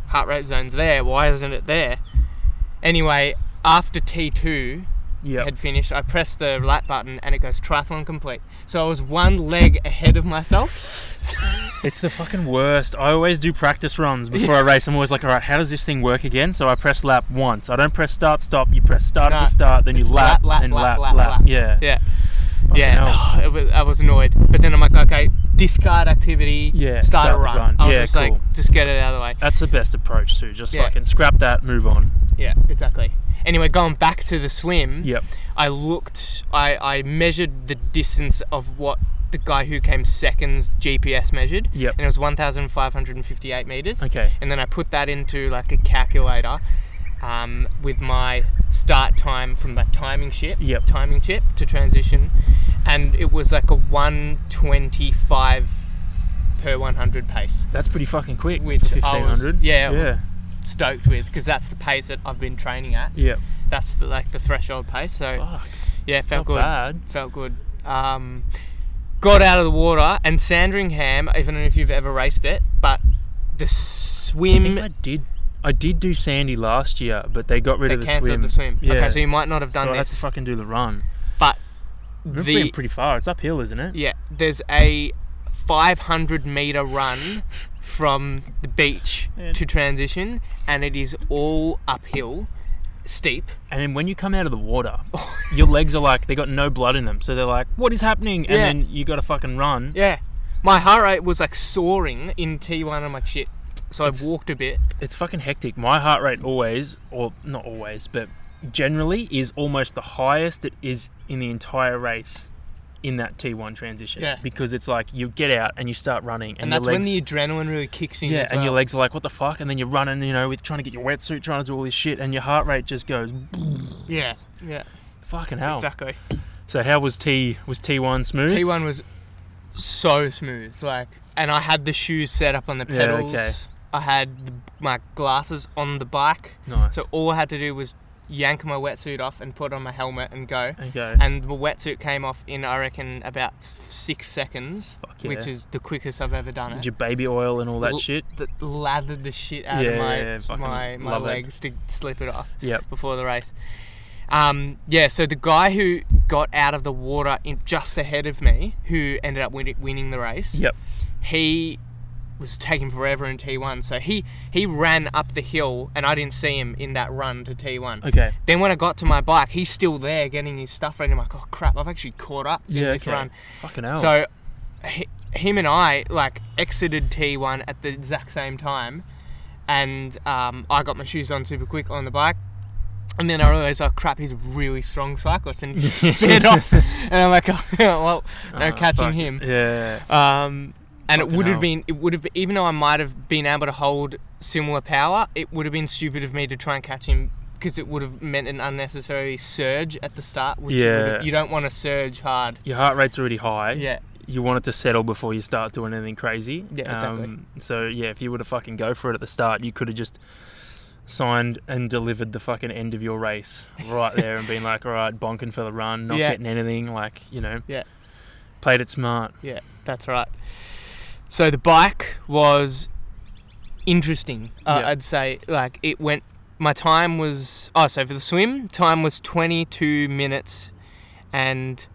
Speaker 2: heart rate zone's there. Why isn't it there? Anyway, after T2,
Speaker 1: Yep.
Speaker 2: had finished, I pressed the lap button and it goes triathlon complete. So I was one leg ahead of myself.
Speaker 1: It's the fucking worst. I always do practice runs before I race. I'm always like, all right, how does this thing work again? So I press lap once. I don't press start, stop. You press start at
Speaker 2: Nah,
Speaker 1: the start, then you
Speaker 2: it's
Speaker 1: lap,
Speaker 2: lap, lap,
Speaker 1: then lap,
Speaker 2: lap,
Speaker 1: lap,
Speaker 2: lap, lap.
Speaker 1: Yeah.
Speaker 2: Yeah,
Speaker 1: Fucking hell.
Speaker 2: yeah. it was, I was annoyed, but then I'm like, okay, discard activity,
Speaker 1: Yeah,
Speaker 2: start,
Speaker 1: start
Speaker 2: a
Speaker 1: the
Speaker 2: run.
Speaker 1: run.
Speaker 2: I was
Speaker 1: Yeah,
Speaker 2: just
Speaker 1: cool.
Speaker 2: like, just get it out of the way.
Speaker 1: That's the best approach too. Just
Speaker 2: Yeah.
Speaker 1: fucking scrap that, move on.
Speaker 2: Yeah, exactly. Anyway, going back to the swim,
Speaker 1: Yep.
Speaker 2: I looked, I, I measured the distance of what the guy who came seconds GPS measured,
Speaker 1: Yep.
Speaker 2: and it was 1,558 meters.
Speaker 1: Okay.
Speaker 2: and then I put that into like a calculator um, with my start time from that timing chip,
Speaker 1: Yep.
Speaker 2: timing chip to transition, and it was like a 125 per 100 pace.
Speaker 1: That's pretty fucking quick.
Speaker 2: Which
Speaker 1: for
Speaker 2: I was-
Speaker 1: 1500.
Speaker 2: yeah.
Speaker 1: Yeah.
Speaker 2: Stoked with because that's the pace that I've been training at.
Speaker 1: Yep.
Speaker 2: That's the, like the threshold pace. So
Speaker 1: Fuck.
Speaker 2: yeah, felt
Speaker 1: Oh, Not
Speaker 2: good.
Speaker 1: bad.
Speaker 2: Felt good. Um, got out of the water and Sandringham. I don't know if you've ever raced it, but the
Speaker 1: I
Speaker 2: swim
Speaker 1: think I did. I did do Sandy last year, but they got rid
Speaker 2: They
Speaker 1: of the
Speaker 2: cancelled
Speaker 1: swim.
Speaker 2: the swim.
Speaker 1: Yeah.
Speaker 2: Okay, so you might not have done
Speaker 1: so I had to
Speaker 2: this,
Speaker 1: fucking do the run.
Speaker 2: but
Speaker 1: We've
Speaker 2: the
Speaker 1: been pretty far. It's uphill, isn't it?
Speaker 2: yeah, there's a 500 meter run from the beach
Speaker 1: Yeah.
Speaker 2: to transition, and it is all uphill, steep.
Speaker 1: And then when you come out of the water,
Speaker 2: Oh.
Speaker 1: your legs are like they got no blood in them, so they're like, "What is happening?" And
Speaker 2: Yeah.
Speaker 1: then you got to fucking run.
Speaker 2: Yeah, my heart rate was like soaring in T1 and my shit. So
Speaker 1: It's-
Speaker 2: I walked a bit.
Speaker 1: It's fucking hectic. My heart rate always, or not always, but generally is almost the highest it is in the entire race in that T1 transition.
Speaker 2: Yeah.
Speaker 1: Because it's like you get out and you start running, and,
Speaker 2: And,
Speaker 1: your
Speaker 2: that's
Speaker 1: legs,
Speaker 2: when the adrenaline really kicks in.
Speaker 1: yeah,
Speaker 2: as
Speaker 1: and your
Speaker 2: well.
Speaker 1: legs are like, "What the fuck?" And then you're running, you know, with trying to get your wetsuit, trying to do all this shit, and your heart rate just goes,
Speaker 2: Yeah, yeah,
Speaker 1: "Fucking hell!"
Speaker 2: exactly.
Speaker 1: So how was T? Was T1 smooth?
Speaker 2: T1 was so smooth, like, and I had the shoes set up on the
Speaker 1: Yeah,
Speaker 2: pedals.
Speaker 1: okay.
Speaker 2: I had the, my glasses on the bike,
Speaker 1: nice.
Speaker 2: so all I had to do was yank my wetsuit off and put on my helmet and go.
Speaker 1: okay.
Speaker 2: And the wetsuit came off in, I reckon, about s- six seconds,
Speaker 1: Fuck yeah.
Speaker 2: which is the quickest I've ever done
Speaker 1: Did
Speaker 2: it.
Speaker 1: your baby oil and all that
Speaker 2: L-
Speaker 1: shit.
Speaker 2: That lathered the shit out
Speaker 1: Yeah,
Speaker 2: of my
Speaker 1: yeah, fucking
Speaker 2: my, my
Speaker 1: love it.
Speaker 2: legs to slip it off
Speaker 1: Yep.
Speaker 2: before the race. Um, yeah, so the guy who got out of the water in just ahead of me, who ended up win- winning the race,
Speaker 1: Yep.
Speaker 2: he was taking forever in T1. So he he ran up the hill, and I didn't see him in that run to T1.
Speaker 1: Okay.
Speaker 2: Then when I got to my bike, he's still there getting his stuff ready. I'm like, oh crap, I've actually caught up in
Speaker 1: Yeah.
Speaker 2: this
Speaker 1: Okay. Oh.
Speaker 2: run.
Speaker 1: Fucking hell.
Speaker 2: So hi him and I like exited T1 at the exact same time, and um, I got my shoes on super quick on the bike. And then I realised, oh crap, he's a really strong cyclist, and he sped off. And I'm like, oh, well, no
Speaker 1: Ah,
Speaker 2: catching
Speaker 1: fuck.
Speaker 2: him.
Speaker 1: Yeah.
Speaker 2: Um, and it
Speaker 1: Fucking
Speaker 2: would
Speaker 1: hell.
Speaker 2: have been, it would have, been, even though I might have been able to hold similar power, it would have been stupid of me to try and catch him because it would have meant an unnecessary surge at the start. Which would have-
Speaker 1: Yeah.
Speaker 2: you don't want to surge hard.
Speaker 1: Your heart rate's already high.
Speaker 2: Yeah,
Speaker 1: You want it to settle before you start doing anything crazy.
Speaker 2: Yeah, exactly.
Speaker 1: Um, so yeah, if you were to fucking go for it at the start, you could have just signed and delivered the fucking end of your race right there and been like, all right, bonking for the run, not
Speaker 2: Yeah.
Speaker 1: getting anything, like you know.
Speaker 2: Yeah.
Speaker 1: Played it smart.
Speaker 2: yeah, that's right. So the bike was interesting. Uh,
Speaker 3: Yeah.
Speaker 2: I'd say like it went. My time was oh, so for the swim, time was 22 minutes and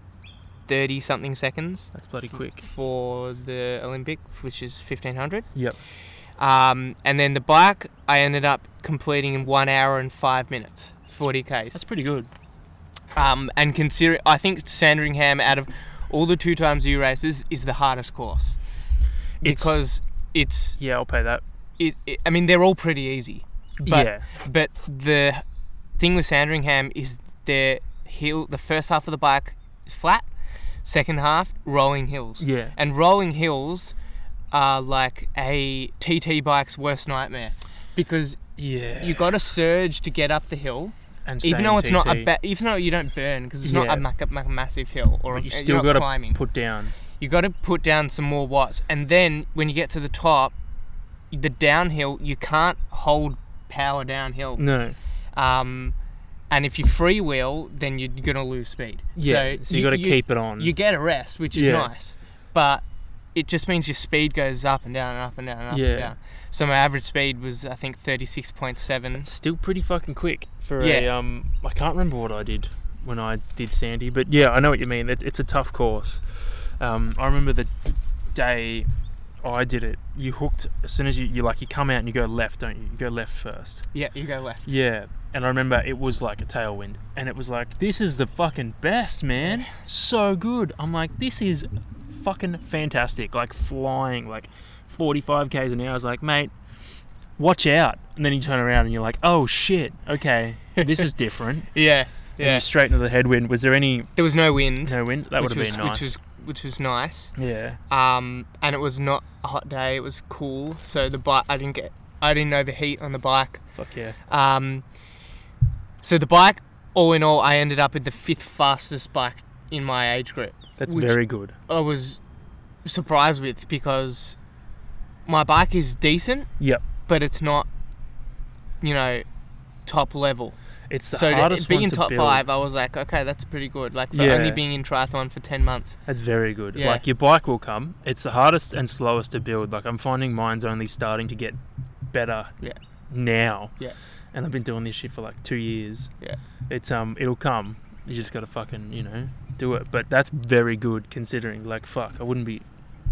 Speaker 2: 30 something seconds
Speaker 3: That's bloody quick.
Speaker 2: for the Olympic, which is 1500.
Speaker 3: Yep.
Speaker 2: Um, and then the bike, I ended up completing in one hour and five minutes, 40k's.
Speaker 3: That's pretty good.
Speaker 2: Um, and consider, I think Sandringham, out of all the two times you races, is the hardest course
Speaker 1: It's-
Speaker 2: because it's.
Speaker 1: Yeah, I'll pay that.
Speaker 2: It, it, I mean, they're all pretty easy, but
Speaker 1: yeah.
Speaker 2: but the thing with Sandringham is their hill. The first half of the bike is flat, second half rolling hills.
Speaker 1: Yeah.
Speaker 2: And rolling hills are like a TT bike's worst nightmare because
Speaker 3: Yeah.
Speaker 2: you got to surge to get up the hill,
Speaker 3: and
Speaker 2: even
Speaker 3: staying
Speaker 2: though it's not a
Speaker 3: TT,
Speaker 2: ba- even though you don't burn because it's
Speaker 1: Yeah.
Speaker 2: not a mac- mac- massive hill or
Speaker 1: But
Speaker 2: you
Speaker 1: you still
Speaker 2: not
Speaker 1: got
Speaker 2: climbing.
Speaker 1: to put down.
Speaker 2: you got to put down some more watts, and then when you get to the top, the downhill you can't hold power downhill.
Speaker 1: No.
Speaker 2: Um, and if you freewheel, then you're gonna lose speed.
Speaker 1: Yeah. So, you, got to keep it on.
Speaker 2: You get a rest, which is
Speaker 1: Mm. Yeah.
Speaker 2: nice, but it just means your speed goes up and down and up and down and up
Speaker 1: Yeah.
Speaker 2: and down. So my average speed was I think thirty six point seven.
Speaker 1: It's still pretty fucking quick for a
Speaker 2: Yeah.
Speaker 1: um. I can't remember what I did when I did Sandy, but yeah, I know what you mean. It, it's a tough course. Um, I remember the day I did it. You hooked as soon as you you like you come out and you go left, don't you? You go left first.
Speaker 2: Yeah, you go left.
Speaker 1: Yeah, and I remember it was like a tailwind, and it was like, this is the fucking best, man. So good. I'm like, this is fucking fantastic. Like flying, like 45 k's an hour. I was like, mate, watch out. And then you turn around and you're like, oh shit, okay, this is different.
Speaker 2: Yeah,
Speaker 1: And
Speaker 2: yeah.
Speaker 1: you straight into the headwind. Was there any
Speaker 2: There was no wind.
Speaker 1: no wind? That would
Speaker 2: which
Speaker 1: have been
Speaker 2: was-
Speaker 1: nice.
Speaker 2: Which was which was nice.
Speaker 1: yeah.
Speaker 2: Um, and it was not a hot day. It was cool, so the bike I didn't get I didn't overheat on the bike.
Speaker 1: Fuck yeah.
Speaker 2: Um, so the bike, all in all, I ended up with the fifth fastest bike in my age group.
Speaker 1: That's
Speaker 2: Which-
Speaker 1: very good.
Speaker 2: I was surprised with because my bike is decent,
Speaker 1: Yep.
Speaker 2: but it's not, you know, top level.
Speaker 1: It's the
Speaker 2: so to-
Speaker 1: hardest
Speaker 2: being
Speaker 1: one
Speaker 2: in
Speaker 1: to
Speaker 2: top
Speaker 1: build.
Speaker 2: five, I was like, okay, that's pretty good. Like for
Speaker 1: Yeah.
Speaker 2: only being in triathlon for ten months.
Speaker 1: That's very good.
Speaker 2: Yeah.
Speaker 1: Like your bike will come. It's the hardest and slowest to build. Like I'm finding mine's only starting to get better
Speaker 2: Yeah.
Speaker 1: now.
Speaker 2: Yeah.
Speaker 1: And I've been doing this shit for like two years.
Speaker 2: Yeah.
Speaker 1: It's um it'll come. You just gotta fucking, you know, do it. But that's very good considering like fuck, I wouldn't be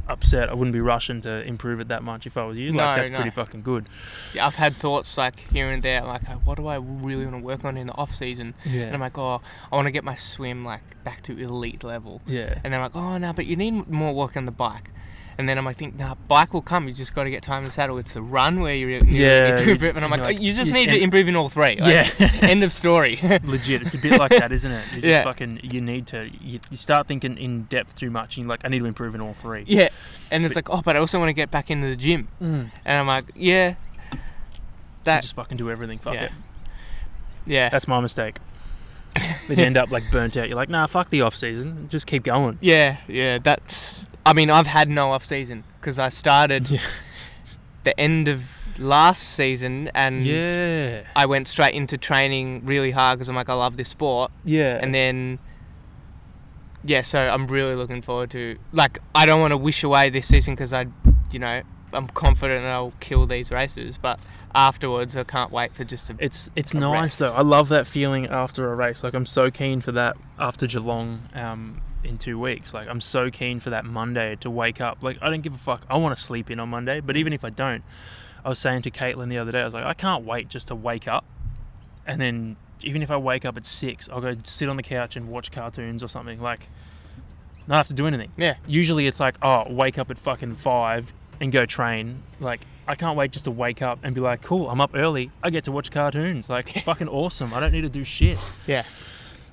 Speaker 1: upset. I wouldn't be rushing to improve it that much if I was you. Like
Speaker 2: No,
Speaker 1: that's
Speaker 2: no.
Speaker 1: pretty fucking good.
Speaker 2: Yeah, I've had thoughts like here and there, like, oh, what do I really want to work on in the off season? And
Speaker 1: Yeah.
Speaker 2: I'm like, oh, I want to get my swim like back to elite level.
Speaker 1: yeah.
Speaker 2: And they're like, oh, no, but you need more work on the bike. And then I'm like, think, nah, bike will come. You just got to get time in the saddle. It's the run where you're you
Speaker 1: Yeah,
Speaker 2: need
Speaker 1: you
Speaker 2: to
Speaker 1: just-
Speaker 2: improve. And I'm like,
Speaker 1: like,
Speaker 2: oh, you just
Speaker 1: you-
Speaker 2: need to
Speaker 1: and-
Speaker 2: improve in all three. Like,
Speaker 1: yeah.
Speaker 2: End of story.
Speaker 1: Legit, it's a bit like that, isn't it? You just
Speaker 2: Yeah.
Speaker 1: fucking you need to you, you start thinking in depth too much and you're like, I need to improve in all three.
Speaker 2: yeah. And it's like, oh, but I also want to get back into the gym.
Speaker 1: Mm.
Speaker 2: And I'm like, yeah,
Speaker 1: I
Speaker 2: that,
Speaker 1: just fucking do everything. Fuck
Speaker 2: yeah.
Speaker 1: it.
Speaker 2: yeah,
Speaker 1: That's my mistake. But you end up like burnt out. You're like, nah, fuck the off season. Just keep going.
Speaker 2: yeah, yeah. That's. I mean, I've had no off season because I started
Speaker 1: Yeah.
Speaker 2: the end of last season and
Speaker 1: Yeah.
Speaker 2: I went straight into training really hard because I'm like, I love this sport.
Speaker 1: Yeah.
Speaker 2: and then yeah so i'm really looking forward to like i don't want to wish away this season because i you know i'm confident that i'll kill these races but afterwards i can't wait for just a
Speaker 1: it's it's
Speaker 2: A
Speaker 1: nice
Speaker 2: rest.
Speaker 1: though. I love that feeling after a race. Like I'm so keen for that after Geelong um, in two weeks. Like I'm so keen for that Monday to wake up. Like I don't give a fuck. I want to sleep in on Monday. But even if I don't, I was saying to Caitlin the other day, I was like, I can't wait just to wake up, and then even if I wake up at six, I'll go sit on the couch and watch cartoons or something. Like not have to do anything.
Speaker 2: yeah
Speaker 1: Usually it's like, oh, wake up at fucking five and go train. Like, I can't wait just to wake up and be like, cool, I'm up early. I get to watch cartoons. Like, fucking awesome. I don't need to do shit.
Speaker 2: yeah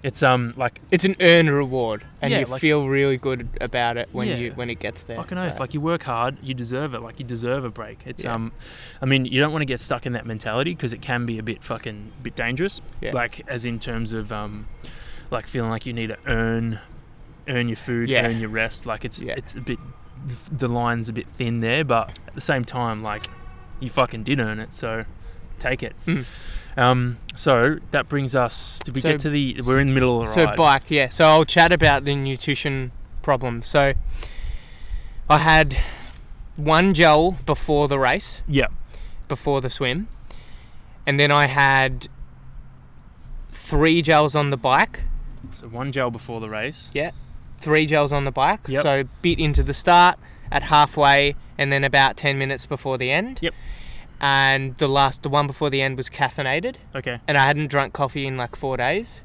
Speaker 1: It's, um, like,
Speaker 2: it's an earned reward and
Speaker 1: Yeah,
Speaker 2: you
Speaker 1: like-
Speaker 2: feel really good about it when
Speaker 1: Yeah.
Speaker 2: you when it gets there
Speaker 1: fucking oath.
Speaker 2: But-
Speaker 1: Like, you work hard, you deserve it. Like, you deserve a break. It's,
Speaker 2: Yeah.
Speaker 1: um, I mean, you don't want to get stuck in that mentality because it can be a bit fucking, bit dangerous.
Speaker 2: Yeah.
Speaker 1: Like, as in terms of, um, like feeling like you need to earn, earn your food,
Speaker 2: Yeah.
Speaker 1: earn your rest. Like, it's,
Speaker 2: Yeah.
Speaker 1: it's a bit, the line's a bit thin there, but at the same time, like, you fucking did earn it, so take it.
Speaker 2: Mm.
Speaker 1: Um, so that brings us. Did we
Speaker 2: So-
Speaker 1: get to the? We're in the middle of the
Speaker 2: so
Speaker 1: ride.
Speaker 2: bike yeah so i'll chat about the nutrition problem so i had one gel before the race,
Speaker 1: Yeah.
Speaker 2: before the swim, and then I had three gels on the bike.
Speaker 1: So one gel before the race.
Speaker 2: Yeah, three gels on the bike.
Speaker 1: Yep.
Speaker 2: So bit into the start, at halfway, and then about ten minutes before the end.
Speaker 1: Yep.
Speaker 2: And the last, the one before the end was caffeinated,
Speaker 1: Okay.
Speaker 2: and I hadn't drunk coffee in like four days.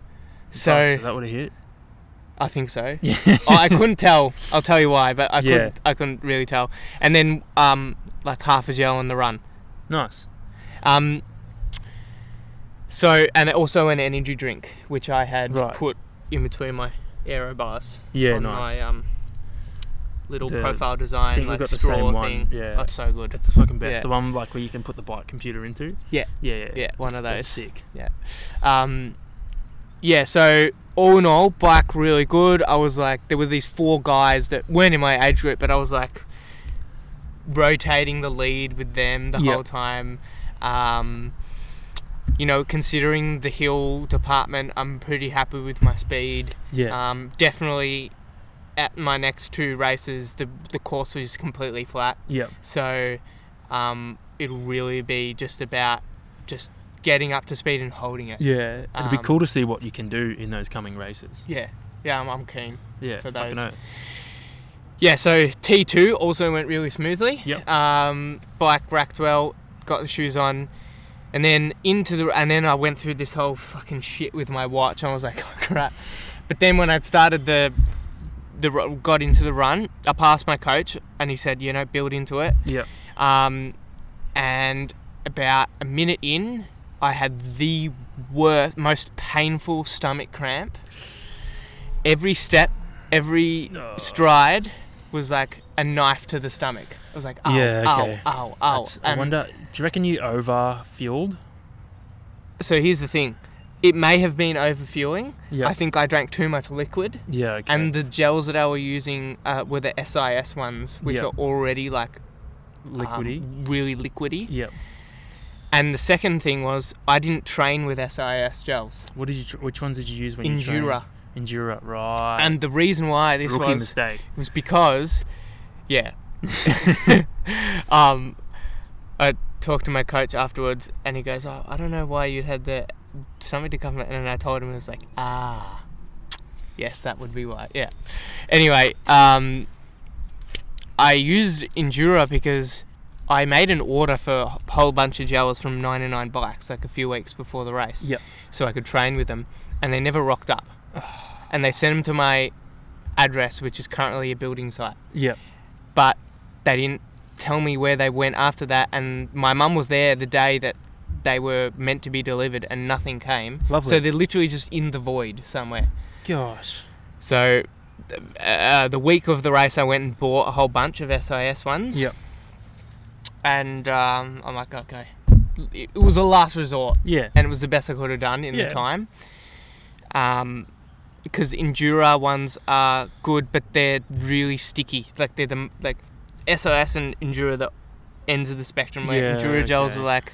Speaker 1: Right,
Speaker 2: So
Speaker 1: so that would have hit.
Speaker 2: I think so.
Speaker 1: Yeah.
Speaker 2: oh, I couldn't tell. I'll tell you why, but I
Speaker 1: Yeah.
Speaker 2: couldn't. I couldn't really tell. And then um, like half a gel on the run.
Speaker 1: nice.
Speaker 2: Um, so and also an energy drink, which I had
Speaker 1: Right.
Speaker 2: put in between my aero bars
Speaker 1: Yeah,
Speaker 2: on
Speaker 1: nice.
Speaker 2: my um, little
Speaker 1: The-
Speaker 2: profile
Speaker 1: I
Speaker 2: design
Speaker 1: think we've
Speaker 2: like
Speaker 1: got the
Speaker 2: straw
Speaker 1: same one,
Speaker 2: thing.
Speaker 1: yeah.
Speaker 2: That's so good.
Speaker 1: It's the fucking best.
Speaker 2: Yeah.
Speaker 1: The one like where you can put the bike computer into.
Speaker 2: Yeah.
Speaker 1: Yeah. Yeah.
Speaker 2: Yeah, one
Speaker 1: It's-
Speaker 2: of
Speaker 1: that's
Speaker 2: those.
Speaker 1: sick.
Speaker 2: Um, yeah, so all in all, bike really good. I was like, there were these four guys that weren't in my age group, but I was like rotating the lead with them the
Speaker 1: Yeah.
Speaker 2: whole time. Um, you know, considering the hill department, I'm pretty happy with my speed.
Speaker 1: Yeah.
Speaker 2: Um, definitely at my next two races, the, the course is completely flat.
Speaker 1: Yep.
Speaker 2: So um, it'll really be just about just getting up to speed and holding it.
Speaker 1: Yeah. It'd be
Speaker 2: Um,
Speaker 1: cool to see what you can do in those coming races.
Speaker 2: Yeah, yeah, I'm, I'm keen.
Speaker 1: Yeah.
Speaker 2: for
Speaker 1: fucking
Speaker 2: those.
Speaker 1: oath.
Speaker 2: Yeah, so T2 also went really smoothly.
Speaker 1: Yep.
Speaker 2: Um, bike racked well, got the shoes on, and then into the and then I went through this whole fucking shit with my watch. I was like, oh crap. But then when I'd started the the ru- got into the run, I passed my coach and he said, you know, build into it.
Speaker 1: Yep.
Speaker 2: Um, and about a minute in, I had the worst, most painful stomach cramp. Every step, every
Speaker 1: No.
Speaker 2: stride was like a knife to the stomach. I was like, "Oh, ow,
Speaker 1: Yeah, okay.
Speaker 2: ow, ow, ow.
Speaker 1: Oh, That's- I
Speaker 2: oh." And
Speaker 1: wonder. Do you reckon you over fueled?
Speaker 2: so here's the thing. It may have been overfueling.
Speaker 1: Yeah.
Speaker 2: I think I drank too much liquid.
Speaker 1: Yeah. Okay.
Speaker 2: And the gels that I were using uh, were the SIS ones, which
Speaker 1: Yeah.
Speaker 2: are already like um,
Speaker 1: liquidy.
Speaker 2: really liquidy.
Speaker 1: yep.
Speaker 2: And the second thing was I didn't train with SIS gels.
Speaker 1: What did you? tr- Which ones did you use when you? trained?
Speaker 2: Endura.
Speaker 1: Endura. Right.
Speaker 2: And the reason why this
Speaker 1: Rookie
Speaker 2: was
Speaker 1: mistake.
Speaker 2: was because, yeah, um, I talked to my coach afterwards, and he goes, "Oh, I don't know why you had the stomach to come," and I told him, "It was like, ah, yes, that would be why." Yeah. Anyway, um, I used Endura because I made an order for a whole bunch of gels from 99 Bikes like a few weeks before the race.
Speaker 1: Yep.
Speaker 2: So I could train with them, and they never rocked up. and they sent them to my address, which is currently a building site.
Speaker 1: Yep.
Speaker 2: But they didn't tell me where they went after that, and my mum was there the day that they were meant to be delivered, and nothing came.
Speaker 1: Lovely.
Speaker 2: So they're literally just in the void somewhere.
Speaker 1: Gosh.
Speaker 2: So uh, uh, the week of the race, I went and bought a whole bunch of SIS ones.
Speaker 1: Yep.
Speaker 2: And um, I'm like, okay, it it was a last resort,
Speaker 1: Yeah.
Speaker 2: and it was the best I could have done in
Speaker 1: Yeah.
Speaker 2: the time. Um, because Endura ones are good, but they're really sticky. Like they're the like SIS and Endura are the ends of the spectrum. Where
Speaker 1: Yeah,
Speaker 2: Endura gels
Speaker 1: okay.
Speaker 2: are like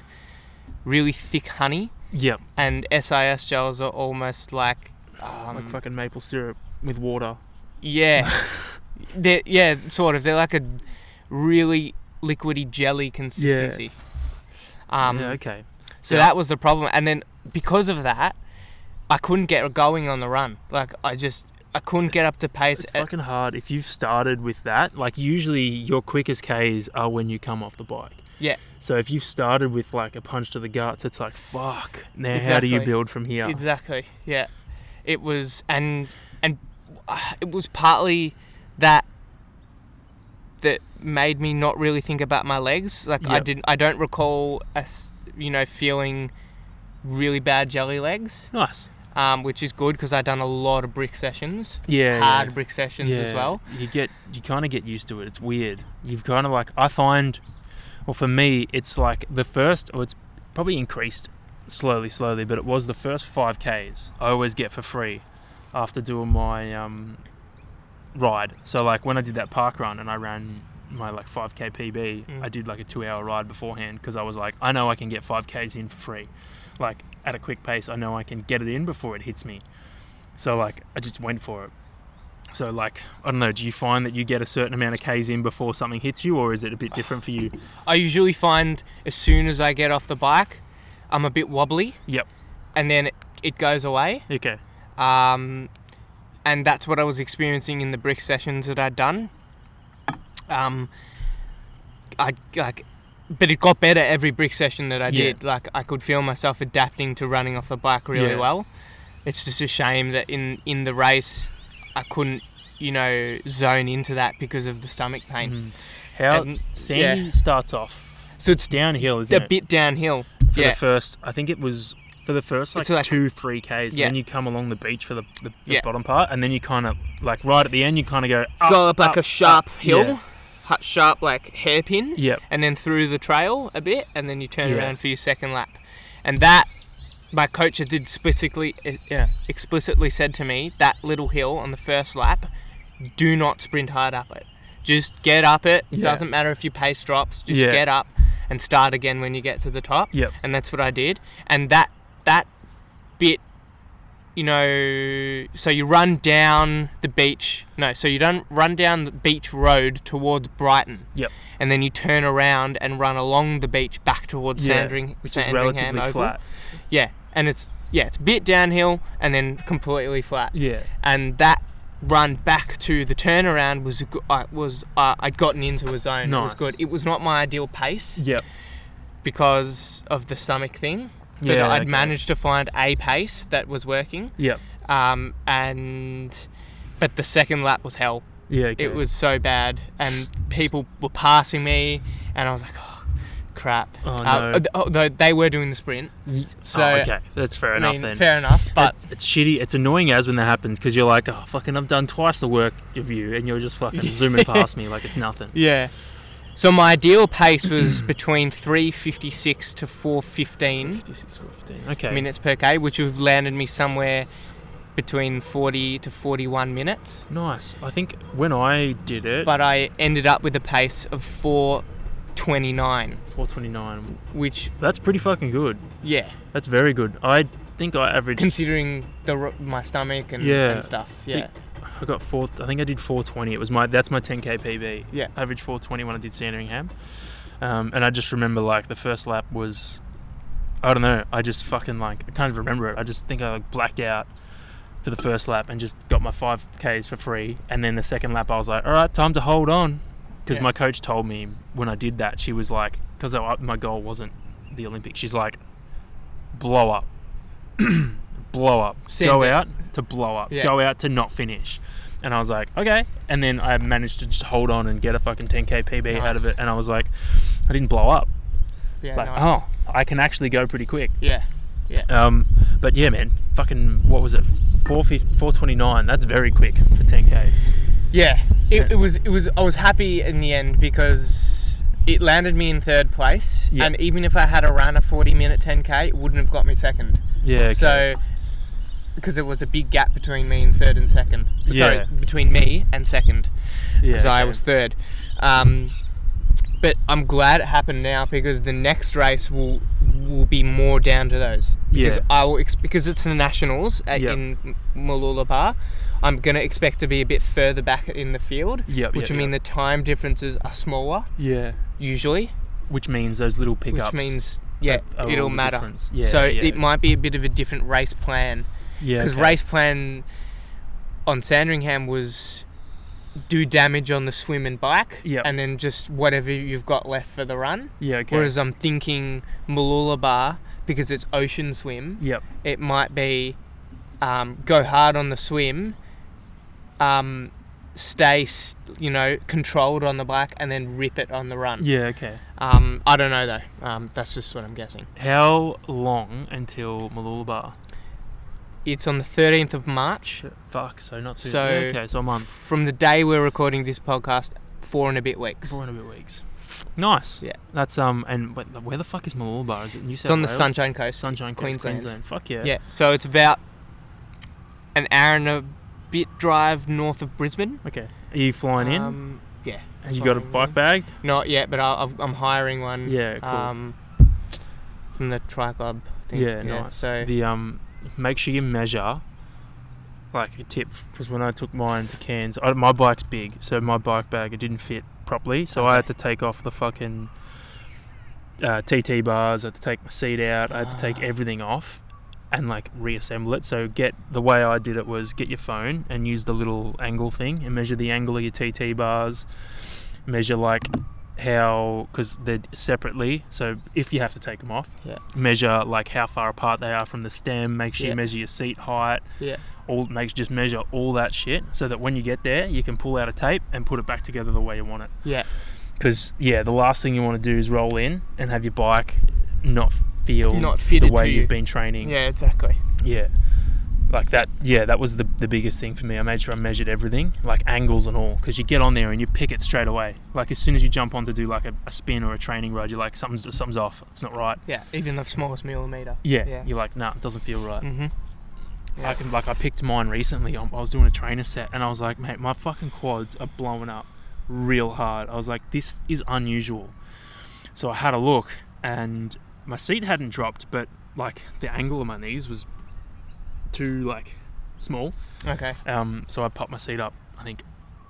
Speaker 2: really thick honey,
Speaker 1: Yep.
Speaker 2: and SIS gels are almost like um,
Speaker 1: like fucking maple syrup with water.
Speaker 2: yeah. They're, yeah, sort of. They're like a really liquidy jelly consistency. Um,
Speaker 1: yeah. Okay.
Speaker 2: So
Speaker 1: Yeah.
Speaker 2: that was the problem. And then because of that, I couldn't get going on the run. Like, I just, I couldn't get up to pace.
Speaker 1: It's
Speaker 2: at-
Speaker 1: fucking hard if you've started with that. Like usually your quickest Ks are when you come off the bike.
Speaker 2: Yeah.
Speaker 1: So if you've started with like a punch to the guts, it's like fuck. Now how do
Speaker 2: Exactly.
Speaker 1: you build from here?
Speaker 2: Exactly. Yeah. It was, and, and uh, it was partly that that made me not really think about my legs like i
Speaker 1: Yep.
Speaker 2: didn't i don't recall us you know feeling really bad jelly legs
Speaker 1: Nice.
Speaker 2: um, which is good because I've done a lot of brick sessions,
Speaker 1: Yeah.
Speaker 2: hard
Speaker 1: yeah.
Speaker 2: brick sessions as
Speaker 1: Yeah,
Speaker 2: well.
Speaker 1: You get you kind of get used to it. It's weird. You've kind of like I find, well for me it's like the first or it's probably increased slowly slowly, but it was the first five Ks I always get for free after doing my um, ride. So like when I did that park run and I ran my like 5k PB,
Speaker 2: Mm.
Speaker 1: I did like a two hour ride beforehand because I was like I know I can get 5ks in for free, like at a quick pace. I know I can get it in before it hits me. So like I just went for it. So, like, I don't know, do you find that you get a certain amount of Ks in before something hits you, or is it a bit different for you?
Speaker 2: I usually find as soon as I get off the bike, I'm a bit wobbly.
Speaker 1: Yep.
Speaker 2: And then it, it goes away.
Speaker 1: Okay.
Speaker 2: Um, and that's what I was experiencing in the brick sessions that I'd done. Um, I like, but it got better every brick session that I
Speaker 1: Yeah.
Speaker 2: did. Like I could feel myself adapting to running off the bike really
Speaker 1: Yeah.
Speaker 2: well. It's just a shame that in in the race, I couldn't, you know, zone into that because of the stomach pain.
Speaker 1: Mhm. How
Speaker 2: And-
Speaker 1: Sandy
Speaker 2: yeah.
Speaker 1: starts off.
Speaker 2: So it's
Speaker 1: downhill, isn't
Speaker 2: a
Speaker 1: it?
Speaker 2: bit downhill.
Speaker 1: for
Speaker 2: yeah.
Speaker 1: the first, I think it was for the first like,
Speaker 2: It's like-
Speaker 1: two, three Ks.
Speaker 2: Yeah.
Speaker 1: Then you come along the beach for the, the, the
Speaker 2: Yeah.
Speaker 1: bottom part, and then you kind of, like, right at the end, you kind of go up.
Speaker 2: go up like a sharp
Speaker 1: up,
Speaker 2: hill,
Speaker 1: yeah.
Speaker 2: hu- sharp like hairpin,
Speaker 1: Yep.
Speaker 2: and then through the trail a bit, and then you turn
Speaker 1: Yeah.
Speaker 2: around for your second lap. And that, my coach did explicitly, eh, yeah, explicitly said to me that little hill on the first lap, do not sprint hard up it. Just get up it.
Speaker 1: Yeah.
Speaker 2: Doesn't matter if your pace drops. Just
Speaker 1: Yeah.
Speaker 2: get up and start again when you get to the top.
Speaker 1: Yep.
Speaker 2: And that's what I did. And that that bit you know, so you run down the beach. No, so you don't run down the beach road towards Brighton.
Speaker 1: Yep.
Speaker 2: And then you turn around and run along the beach back towards
Speaker 1: Yeah,
Speaker 2: Sandring,
Speaker 1: Which is
Speaker 2: Sandringham
Speaker 1: relatively
Speaker 2: Oval.
Speaker 1: flat.
Speaker 2: Yeah, and it's yeah, it's a bit downhill and then completely flat.
Speaker 1: Yeah.
Speaker 2: And that run back to the turnaround was a go- I was uh, I'd gotten into a zone. It was
Speaker 1: Nice.
Speaker 2: good. It was not my ideal pace
Speaker 1: Yep.
Speaker 2: because of the stomach thing. But
Speaker 1: Yeah,
Speaker 2: I'd
Speaker 1: okay.
Speaker 2: managed to find a pace that was working
Speaker 1: Yep.
Speaker 2: um, and but the second lap was hell.
Speaker 1: Yeah. Okay.
Speaker 2: It was so bad, and people were passing me, and I was like, oh, crap.
Speaker 1: Oh,
Speaker 2: Uh,
Speaker 1: no.
Speaker 2: oh, though they were doing the sprint. So
Speaker 1: oh, okay. That's fair
Speaker 2: I
Speaker 1: enough
Speaker 2: mean,
Speaker 1: then.
Speaker 2: fair enough, but
Speaker 1: It's- it's shitty. It's annoying as when that happens because you're like, oh fucking, I've done twice the work of you, and you're just fucking zooming past me like it's nothing.
Speaker 2: yeah. So my ideal pace was between 3:56 to 4:15
Speaker 1: 56, 15. Okay.
Speaker 2: minutes per k, which would have landed me somewhere between 40 to 41 minutes.
Speaker 1: nice. I think when I did it,
Speaker 2: But I ended up with a pace of 4:29,
Speaker 1: 429.
Speaker 2: which
Speaker 1: That's pretty fucking good.
Speaker 2: yeah,
Speaker 1: That's very good. I think I averaged.
Speaker 2: considering the ro- my stomach and,
Speaker 1: Yeah.
Speaker 2: and stuff. Yeah,
Speaker 1: I got four. I think I did 420. It was my. That's my 10k PB.
Speaker 2: Yeah.
Speaker 1: Average 420 when I did Sandringham. Um, and I just remember like the first lap was, I don't know. I just fucking like I can't even remember it. I just think I like blacked out for the first lap and just got my 5ks for free. And then the second lap I was like, all right, time to hold on, because
Speaker 2: Yeah.
Speaker 1: my coach told me when I did that she was like, because my goal wasn't the Olympics. She's like, blow up. blow up.
Speaker 2: Send
Speaker 1: go
Speaker 2: it.
Speaker 1: out to blow up.
Speaker 2: Yeah.
Speaker 1: Go out to not finish. And I was like, okay. And then I managed to just hold on and get a fucking 10k PB out of
Speaker 2: Nice.
Speaker 1: it. And I was like, I didn't blow up.
Speaker 2: yeah,
Speaker 1: like,
Speaker 2: nice.
Speaker 1: oh, I can actually go pretty quick.
Speaker 2: yeah,
Speaker 1: Um, but yeah, man, fucking, what was it? 450 429. That's very quick for 10ks.
Speaker 2: yeah.
Speaker 1: Yeah.
Speaker 2: It, it was it was I was happy in the end because it landed me in third place,
Speaker 1: Yeah.
Speaker 2: and even if I had a run a forty minute ten k, it wouldn't have got me second.
Speaker 1: Yeah. Okay.
Speaker 2: So because there was a big gap between me and third and second.
Speaker 1: Yeah.
Speaker 2: Sorry, between me and second.
Speaker 1: yeah,
Speaker 2: because I
Speaker 1: okay.
Speaker 2: was third. Um, but I'm glad it happened now because the next race will will be more down to those. Because
Speaker 1: Yeah.
Speaker 2: I will ex- because it's the nationals at,
Speaker 1: Yep.
Speaker 2: in M- Mooloolaba. I'm gonna expect to be a bit further back in the field,
Speaker 1: Yep,
Speaker 2: which
Speaker 1: yep,
Speaker 2: I mean the time differences are smaller
Speaker 1: Yeah.
Speaker 2: usually,
Speaker 1: Which means those little
Speaker 2: which
Speaker 1: pickups.
Speaker 2: means yeah,
Speaker 1: are all
Speaker 2: it'll
Speaker 1: the
Speaker 2: matter.
Speaker 1: difference. Yeah,
Speaker 2: so
Speaker 1: yeah.
Speaker 2: it might be a bit of a different race plan
Speaker 1: Yeah.
Speaker 2: because
Speaker 1: okay.
Speaker 2: race plan on Sandringham was do damage on the swim and bike,
Speaker 1: Yep.
Speaker 2: and then just whatever you've got left for the run.
Speaker 1: Yeah. Okay.
Speaker 2: Whereas I'm thinking Malulabar because it's ocean swim,
Speaker 1: Yep.
Speaker 2: it might be um, go hard on the swim, um, stay s- you know controlled on the bike, and then rip it on the run.
Speaker 1: Yeah. Okay.
Speaker 2: Um, I don't know though. Um, that's just what I'm guessing.
Speaker 1: How long until Malulabar?
Speaker 2: It's on the 13th of March.
Speaker 1: Fuck. So not too.
Speaker 2: So-
Speaker 1: yeah, okay. So a month.
Speaker 2: From the day we're recording this podcast, four and a bit weeks.
Speaker 1: Four and a bit weeks. Nice.
Speaker 2: Yeah.
Speaker 1: That's um. And wait, where the fuck is Malulabar? Is it New South
Speaker 2: It's on the
Speaker 1: Wales?
Speaker 2: Sunshine Coast.
Speaker 1: Sunshine Coast, Queensland.
Speaker 2: Queensland.
Speaker 1: Fuck yeah.
Speaker 2: Yeah. so it's about an hour and a bit drive north of Brisbane.
Speaker 1: Okay. Are you flying in?
Speaker 2: Um, yeah.
Speaker 1: Have you got a
Speaker 2: flying
Speaker 1: bike
Speaker 2: in.
Speaker 1: bag?
Speaker 2: Not yet, but I, I've, I'm hiring one.
Speaker 1: Yeah. Cool.
Speaker 2: Um, from the tri club.
Speaker 1: yeah, Nice.
Speaker 2: So
Speaker 1: The um. Make sure you measure like a tip because when I took mine to Cairns, I, my bike's big, so my bike bag it didn't fit properly, so I had to take off the fucking uh, TT bars. I had to take my seat out. I had to take
Speaker 2: Ah.
Speaker 1: everything off and like reassemble it. So get the way I did it was get your phone and use the little angle thing and measure the angle of your TT bars. Measure like how because they're separately. So if you have to take them off,
Speaker 2: Yeah.
Speaker 1: measure like how far apart they are from the stem. Make sure
Speaker 2: Yeah.
Speaker 1: you measure your seat height
Speaker 2: Yeah.
Speaker 1: all makes just measure all that shit so that when you get there you can pull out a tape and put it back together the way you want it
Speaker 2: Yeah.
Speaker 1: because yeah the last thing you want to do is roll in and have your bike not feel
Speaker 2: Not
Speaker 1: the
Speaker 2: fitted
Speaker 1: way
Speaker 2: to
Speaker 1: you've
Speaker 2: you.
Speaker 1: been training
Speaker 2: Yeah, exactly.
Speaker 1: yeah like that yeah that was the, the biggest thing for me i made sure i measured everything like angles and all because you get on there and you pick it straight away like as soon as you jump on to do like a, a spin or a training ride you're like something's, something's off it's not right
Speaker 2: Yeah, even the smallest millimeter.
Speaker 1: yeah,
Speaker 2: Yeah.
Speaker 1: you're like nah it doesn't feel right
Speaker 2: Mm-hmm. Yeah.
Speaker 1: I can like I picked mine recently. I I was doing a trainer set and I was like, mate, my fucking quads are blowing up real hard. I was like, this is unusual. So I had a look and my seat hadn't dropped, but like the angle of my knees was too like small.
Speaker 2: Okay.
Speaker 1: Um, so I popped my seat up. I think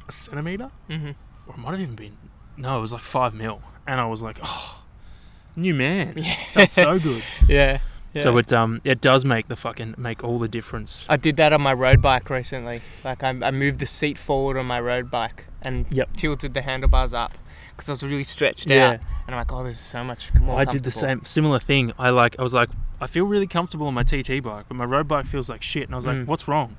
Speaker 1: a centimeter,
Speaker 2: Mm-hmm.
Speaker 1: or it might have even been no, it was like five mil, and I was like, oh, new man,
Speaker 2: Yeah.
Speaker 1: felt so good.
Speaker 2: yeah.
Speaker 1: So it um it does make the fucking make all the difference.
Speaker 2: I did that on my road bike recently. Like I, I moved the seat forward on my road bike and
Speaker 1: Yep.
Speaker 2: tilted the handlebars up because I was really stretched
Speaker 1: Yeah.
Speaker 2: out. And I'm like, oh, this is so much more
Speaker 1: I did the
Speaker 2: comfortable."
Speaker 1: same similar thing. I like I was like I feel really comfortable on my TT bike, but my road bike feels like shit. And I was like,
Speaker 2: Mm.
Speaker 1: what's wrong?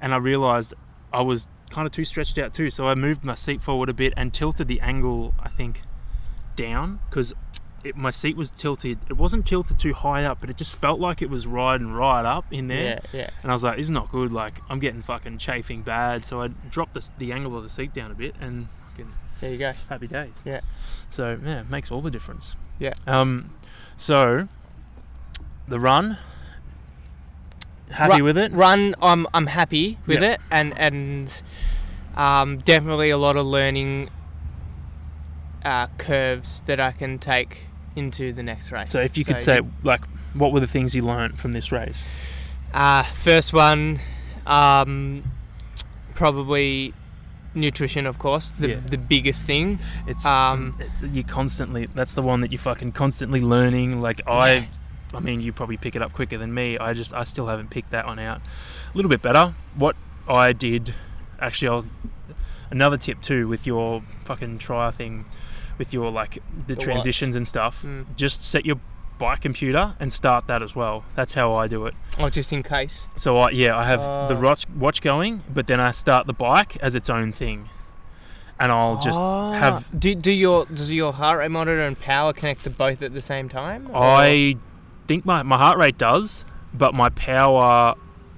Speaker 1: And I realized I was kind of too stretched out too. So I moved my seat forward a bit and tilted the angle. I think down because my seat was tilted. It wasn't tilted too high up, but it just felt like it was riding right up in there.
Speaker 2: Yeah, yeah,
Speaker 1: And I was like, this is not good. Like I'm getting fucking chafing bad. So I dropped the, the angle of the seat down a bit and fucking
Speaker 2: there you go.
Speaker 1: happy days.
Speaker 2: Yeah.
Speaker 1: So yeah, it makes all the difference.
Speaker 2: Yeah.
Speaker 1: Um, so the run. Happy
Speaker 2: Ru-
Speaker 1: with it?
Speaker 2: Run, I'm, I'm happy with
Speaker 1: Yeah.
Speaker 2: it, and and um, definitely a lot of learning uh, curves that I can take into the next race.
Speaker 1: So if you could say like, what were the things you learnt from this race?
Speaker 2: Uh, first one, um, probably nutrition, of course, the,
Speaker 1: Yeah.
Speaker 2: the biggest thing.
Speaker 1: It's,
Speaker 2: Um,
Speaker 1: it's you constantly. That's the one that you fucking constantly learning. Like I, I mean, you probably pick it up quicker than me. I just I still haven't picked that one out. A little bit better. What I did, actually, I'll another tip too with your fucking trial thing, with your like the,
Speaker 2: The
Speaker 1: transitions and stuff.
Speaker 2: Mm.
Speaker 1: Just set your bike computer and start that as well. That's how I do it.
Speaker 2: Oh, just in case.
Speaker 1: So I yeah, I have the
Speaker 2: Ah.
Speaker 1: watch watch going, but then I start the bike as its own thing, and I'll just have-
Speaker 2: Ah. do do your does your heart rate monitor and power connect to both at the same time? or-
Speaker 1: I think my, my heart rate does, but my power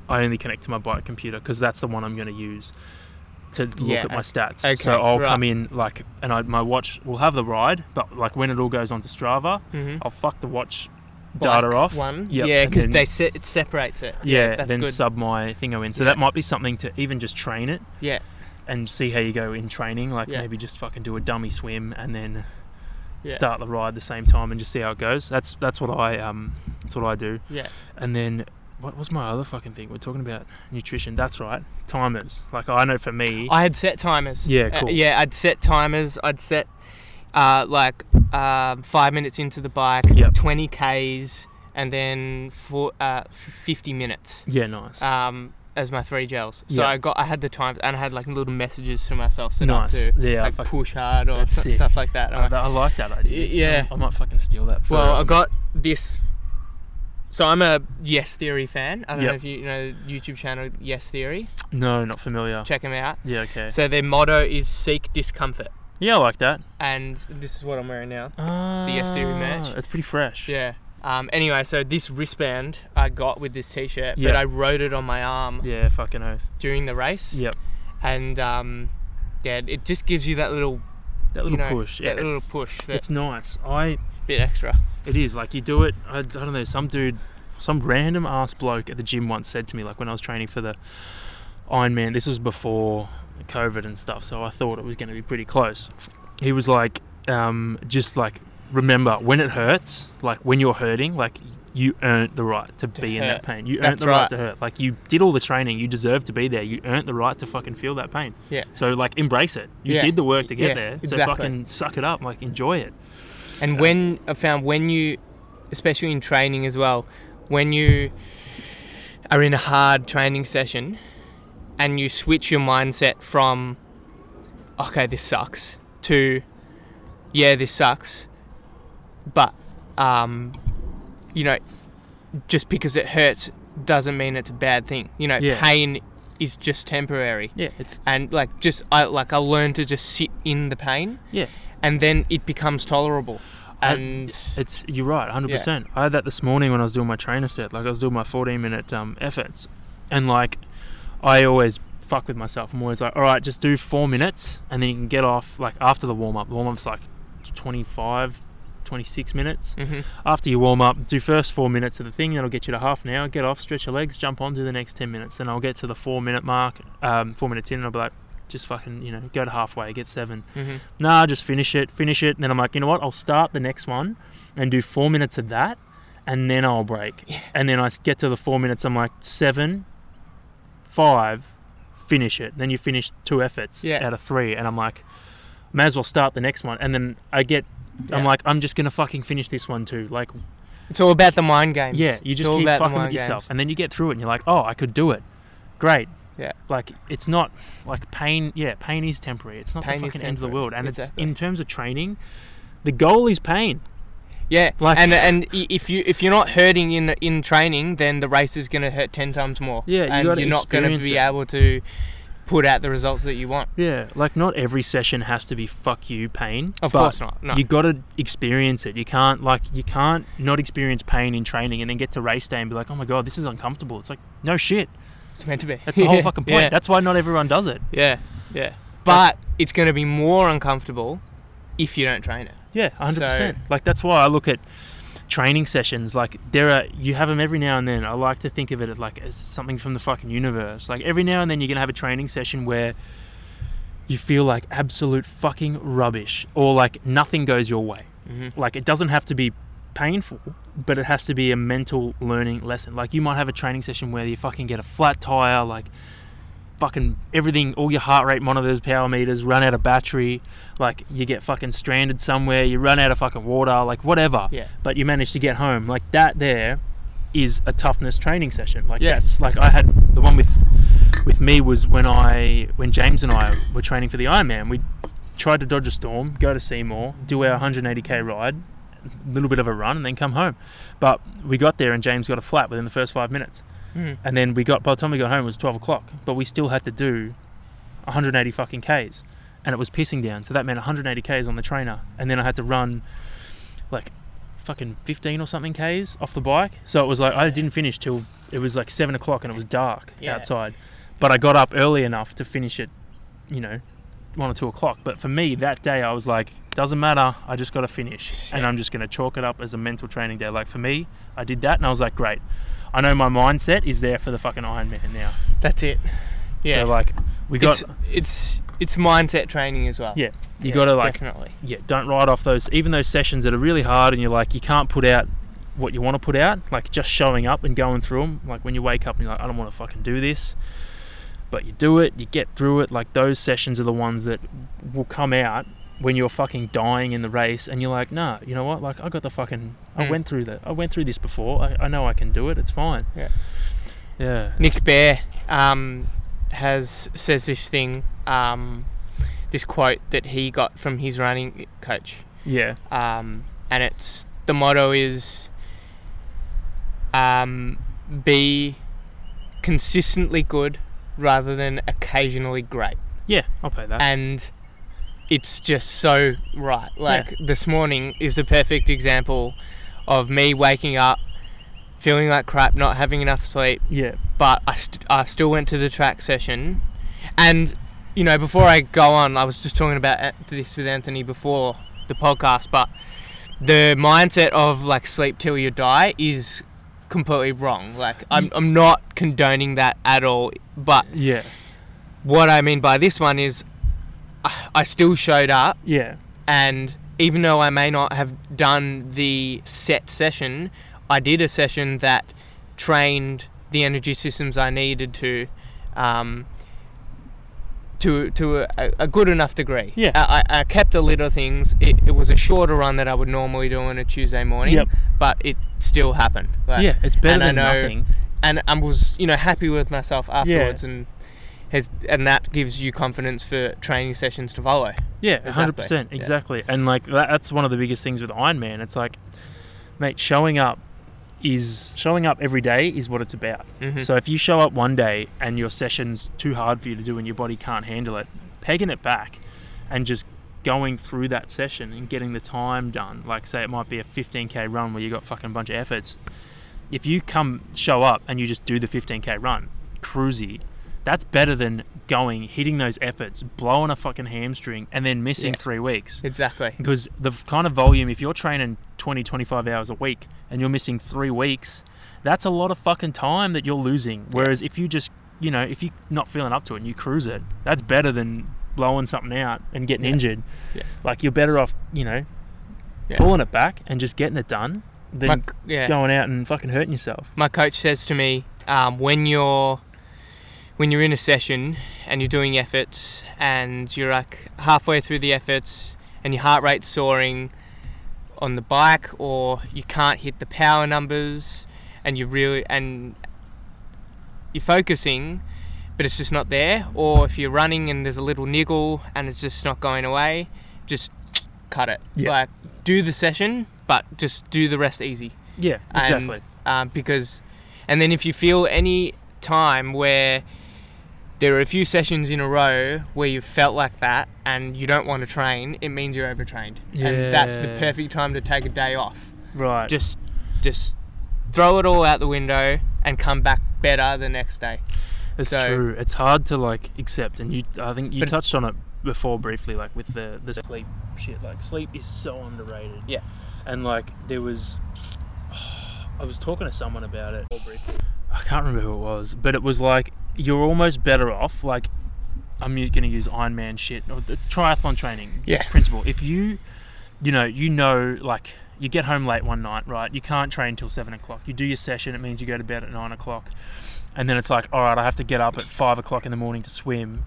Speaker 1: I only connect to my bike computer because that's the one I'm going to use to look
Speaker 2: Yeah,
Speaker 1: at my
Speaker 2: ok-
Speaker 1: stats.
Speaker 2: okay,
Speaker 1: so I'll
Speaker 2: right.
Speaker 1: come in like, and I, my watch will have the ride, but like when it all goes onto Strava,
Speaker 2: Mhm.
Speaker 1: I'll fuck the watch
Speaker 2: Like
Speaker 1: data off.
Speaker 2: one.
Speaker 1: Yep,
Speaker 2: Yeah,
Speaker 1: and
Speaker 2: because
Speaker 1: then-
Speaker 2: they se- it separates it.
Speaker 1: yeah,
Speaker 2: that's
Speaker 1: then
Speaker 2: good.
Speaker 1: sub my thingo in. So
Speaker 2: Yeah.
Speaker 1: that might be something to even just train it
Speaker 2: Yeah,
Speaker 1: and see how you go in training. Like
Speaker 2: Yeah.
Speaker 1: maybe just fucking do a dummy swim and then
Speaker 2: Yeah.
Speaker 1: start the ride the same time and just see how it goes. That's that's what I um that's what I do.
Speaker 2: yeah,
Speaker 1: And then what was my other fucking thing? We're talking about nutrition. That's right. Timers. Like I know for me.
Speaker 2: I had set timers.
Speaker 1: Yeah,
Speaker 2: Uh,
Speaker 1: cool.
Speaker 2: yeah, I'd set timers. I'd set uh, like um five minutes into the bike,
Speaker 1: Yep.
Speaker 2: twenty k's, and then four, uh, f- fifty minutes.
Speaker 1: yeah, nice.
Speaker 2: um, as my three gels. So
Speaker 1: Yeah.
Speaker 2: I got, I had the times, and I had like little messages to myself set
Speaker 1: nice.
Speaker 2: up to
Speaker 1: yeah, I
Speaker 2: like
Speaker 1: fuck-
Speaker 2: push hard or
Speaker 1: That's
Speaker 2: st-
Speaker 1: sick.
Speaker 2: stuff like that.
Speaker 1: I,
Speaker 2: I'm like,
Speaker 1: I like that idea.
Speaker 2: Y- yeah.
Speaker 1: I, I might fucking steal that. For,
Speaker 2: well, I
Speaker 1: um,
Speaker 2: got this. So I'm a Yes Theory fan. I don't know
Speaker 1: Yep.
Speaker 2: if you, you know the YouTube channel Yes Theory.
Speaker 1: No, not familiar.
Speaker 2: Check them out.
Speaker 1: Yeah. Okay.
Speaker 2: So their motto is seek discomfort,
Speaker 1: yeah, I like that.
Speaker 2: and this is what I'm wearing now.
Speaker 1: Uh,
Speaker 2: yes theory match.
Speaker 1: It's pretty fresh.
Speaker 2: Yeah. Um, anyway, so this wristband I got with this T-shirt,
Speaker 1: Yep.
Speaker 2: but I wrote it on my arm
Speaker 1: Yeah. Fucking oath.
Speaker 2: during the race.
Speaker 1: Yep.
Speaker 2: And um, yeah, it just gives you that little
Speaker 1: That
Speaker 2: you
Speaker 1: little
Speaker 2: know,
Speaker 1: push. Yeah.
Speaker 2: That little push. That's
Speaker 1: it's nice. I.
Speaker 2: a bit extra.
Speaker 1: It is like you do it. I, I don't know. Some dude, some random ass bloke at the gym once said to me, like when I was training for the Ironman. This was before COVID and stuff, so I thought it was going to be pretty close. He was like, um, just like remember when it hurts, like when you're hurting, like you earned the right to, be in
Speaker 2: hurt.
Speaker 1: that pain. You earned
Speaker 2: That's
Speaker 1: the right.
Speaker 2: right.
Speaker 1: to hurt. Like you did all the training, you deserve to be there. You earned the right to fucking feel that pain.
Speaker 2: Yeah.
Speaker 1: So like embrace it. You
Speaker 2: Yeah.
Speaker 1: did the work to get
Speaker 2: Yeah,
Speaker 1: there. So
Speaker 2: exactly.
Speaker 1: fucking suck it up. Like enjoy it.
Speaker 2: And when I found when you, especially in training as well, when you are in a hard training session and you switch your mindset from, okay, this sucks, to, yeah, this sucks, but, um, you know, just because it hurts doesn't mean it's a bad thing. You know,
Speaker 1: Yeah.
Speaker 2: pain is just temporary.
Speaker 1: Yeah. It's
Speaker 2: And like just I like I learn to just sit in the pain
Speaker 1: yeah.
Speaker 2: and then it becomes tolerable.
Speaker 1: I-
Speaker 2: And
Speaker 1: It's you're right, hundred percent. I had that this morning when I was doing my trainer set. Like I was doing my 14 minute um, efforts, and like I always fuck with myself. I'm always like, all right, just do four minutes, and then you can get off. Like after the warm up, the warm up's like 25, 26 minutes.
Speaker 2: Mhm.
Speaker 1: After you warm up, do first four minutes of the thing. That'll get you to half an hour. Get off, stretch your legs, jump on, do the next 10 minutes. Then I'll get to the four minute mark, um, four minutes in, and I'll be like, just fucking, you know, go to halfway, get seven
Speaker 2: Mhm.
Speaker 1: nah, just finish it, finish it. And then I'm like, you know what? I'll start the next one and do four minutes of that, and then I'll break. And then I s- get to the four minutes. I'm like seven, five, finish it. Then you finish two efforts
Speaker 2: Yeah.
Speaker 1: out of three, and I'm like, may as well start the next one. And then I get,
Speaker 2: Yeah.
Speaker 1: I'm like, I'm just gonna fucking finish this one too. Like,
Speaker 2: it's all about the mind games.
Speaker 1: yeah, you
Speaker 2: It's
Speaker 1: just
Speaker 2: all
Speaker 1: keep
Speaker 2: about the
Speaker 1: fucking with
Speaker 2: mind
Speaker 1: yourself,
Speaker 2: games.
Speaker 1: and then you get through it, and you're like, oh, I could do it. Great.
Speaker 2: Yeah.
Speaker 1: Like it's not like pain. Yeah, pain is temporary. It's not
Speaker 2: Pain is
Speaker 1: the fucking end of the
Speaker 2: temporary,
Speaker 1: world. And
Speaker 2: exactly.
Speaker 1: it's in terms of training, the goal is pain.
Speaker 2: Yeah,
Speaker 1: like-
Speaker 2: and and i- if you if you're not hurting in in training, then the race is going to hurt ten times more.
Speaker 1: Yeah, you
Speaker 2: and
Speaker 1: gotta
Speaker 2: you're not going to
Speaker 1: experience
Speaker 2: be
Speaker 1: it.
Speaker 2: able to put out the results that you want.
Speaker 1: Yeah. Like not every session has to be fuck you pain.
Speaker 2: Of
Speaker 1: but
Speaker 2: course not. No.
Speaker 1: You got to experience it. You can't like you can't not experience pain in training and then get to race day and be like, oh my god, this is uncomfortable. It's like no shit.
Speaker 2: it's meant to be.
Speaker 1: That's the whole
Speaker 2: Yeah,
Speaker 1: fucking point.
Speaker 2: Yeah,
Speaker 1: That's why not everyone does it.
Speaker 2: yeah, yeah. But it's going to be more uncomfortable if you don't train it.
Speaker 1: Yeah, hundred percent. Like that's why I look at training sessions. Like there are, you have them every now and then. I like to think of it as like as something from the fucking universe. Like every now and then you're gonna have a training session where you feel like absolute fucking rubbish, or like nothing goes your way.
Speaker 2: Mhm.
Speaker 1: Like it doesn't have to be painful, but it has to be a mental learning lesson. Like you might have a training session where you fucking get a flat tire, like fucking everything, all your heart rate monitors, power meters run out of battery, like you get fucking stranded somewhere, you run out of fucking water, like whatever.
Speaker 2: Yeah.
Speaker 1: But you manage to get home. Like that there is a toughness training session. Like
Speaker 2: Yeah.
Speaker 1: that's like I had the one with with me was when I when James and I were training for the Ironman. We tried to dodge a storm, go to Seymour, do our 180k ride, a little bit of a run, and then come home. But we got there and James got a flat within the first five minutes.
Speaker 2: Mhm.
Speaker 1: And then we got by the time we got home it was twelve o'clock, but we still had to do 180 fucking k's, and it was pissing down. So that meant 180 k's on the trainer, and then I had to run like fucking 15 or something k's off the bike. So it was like I didn't finish till it was like seven o'clock and it was dark
Speaker 2: Yeah.
Speaker 1: outside, but I got up early enough to finish it, you know, one or two o'clock. But for me that day I was like, doesn't matter, I just got to finish,
Speaker 2: Shit.
Speaker 1: and I'm just gonna chalk it up as a mental training day. Like for me, I did that, and I was like, great. I know my mindset is there for the fucking Ironman now.
Speaker 2: That's it. Yeah,
Speaker 1: So like we got
Speaker 2: it's it's it's mindset training as well.
Speaker 1: Yeah, you
Speaker 2: Yeah,
Speaker 1: got to like
Speaker 2: definitely.
Speaker 1: yeah, don't write off those even those sessions that are really hard and you're like you can't put out what you want to put out. Like just showing up and going through them. Like when you wake up and you're like I don't want to fucking do this, but you do it. You get through it. Like those sessions are the ones that will come out when you're fucking dying in the race and you're like nah you know what like i got the fucking i
Speaker 2: Mm.
Speaker 1: went through that i went through this before I, I know i can do it it's fine
Speaker 2: Yeah.
Speaker 1: yeah
Speaker 2: Nick Bear um, has says this thing, um, this quote that he got from his running coach,
Speaker 1: yeah
Speaker 2: um, and it's the motto is um, be consistently good rather than occasionally great,
Speaker 1: yeah i'll pay that
Speaker 2: and it's just so right. Like this morning is the perfect example of me waking up, feeling like crap, not having enough sleep
Speaker 1: yeah
Speaker 2: but I, st- I still went to the track session. And, you know, before I go on, I was just talking about a- this with Anthony before the podcast, but the mindset of like sleep till you die is completely wrong. Like, I'm, I'm not condoning that at all. But
Speaker 1: yeah
Speaker 2: what I mean by this one is uh, I, I still showed up
Speaker 1: yeah
Speaker 2: and even though I may not have done the set session, I did a session that trained the energy systems I needed to, um, to to a, a good enough degree.
Speaker 1: Yeah.
Speaker 2: I, I I kept a lid of things. It, it was a shorter run that I would normally do on a Tuesday morning,
Speaker 1: Yep.
Speaker 2: but it still happened. Like,
Speaker 1: yeah, it's better
Speaker 2: and I
Speaker 1: than
Speaker 2: know-
Speaker 1: nothing.
Speaker 2: and I was you know happy with myself afterwards and. Has, and that gives you confidence for training sessions to follow.
Speaker 1: Yeah, hundred percent,
Speaker 2: Exactly, yeah.
Speaker 1: exactly. And like that, that's one of the biggest things with Ironman. It's like, mate, showing up is showing up every day is what it's about.
Speaker 2: Mhm.
Speaker 1: So if you show up one day and your session's too hard for you to do and your body can't handle it, pegging it back and just going through that session and getting the time done. Like say it might be a 15k run where you got fucking bunch of efforts. If you come show up and you just do the 15k run, cruisy, that's better than going hitting those efforts, blowing a fucking hamstring and then missing
Speaker 2: Yeah.
Speaker 1: 3 weeks.
Speaker 2: exactly.
Speaker 1: Because the f- kind of volume, if you're training 20, 25 hours a week and you're missing three weeks, that's a lot of fucking time that you're losing. Whereas if you just, you know, if you're not feeling up to it and you cruise it, that's better than blowing something out and getting
Speaker 2: Yeah.
Speaker 1: injured.
Speaker 2: Yeah.
Speaker 1: Like you're better off, you know,
Speaker 2: Yeah.
Speaker 1: pulling it back and just getting it done than
Speaker 2: My- yeah.
Speaker 1: going out and fucking hurting yourself.
Speaker 2: my coach says to me um, when you're when you're in a session and you're doing efforts and you're like halfway through the efforts and your heart rate's soaring on the bike or you can't hit the power numbers and you really and you're focusing but it's just not there or if you're running and there's a little niggle and it's just not going away just cut it
Speaker 1: Yeah.
Speaker 2: like do the session but just do the rest easy
Speaker 1: Yeah, exactly.
Speaker 2: um, because and then if you feel any time where there are a few sessions in a row where you felt like that and you don't want to train it means you're overtrained and that's the
Speaker 1: Yeah.
Speaker 2: perfect time to take a day off
Speaker 1: right.
Speaker 2: just just throw it all out the window and come back better the next day
Speaker 1: It's
Speaker 2: So-
Speaker 1: true. It's hard to like accept, and you. I think you
Speaker 2: But-
Speaker 1: touched on it before briefly, like with the the sleep shit. Like sleep is so underrated.
Speaker 2: Yeah.
Speaker 1: And like there was, I was talking to someone about it. I can't remember who it was, but it was like you're almost better off. Like I'm going to use Ironman shit or the triathlon training
Speaker 2: Yeah.
Speaker 1: principle. If you, you know, you know, like you get home late one night, right? You can't train till seven o'clock. You do your session. It means you go to bed at nine o'clock, and then it's like, all right, I have to get up at five o'clock in the morning to swim.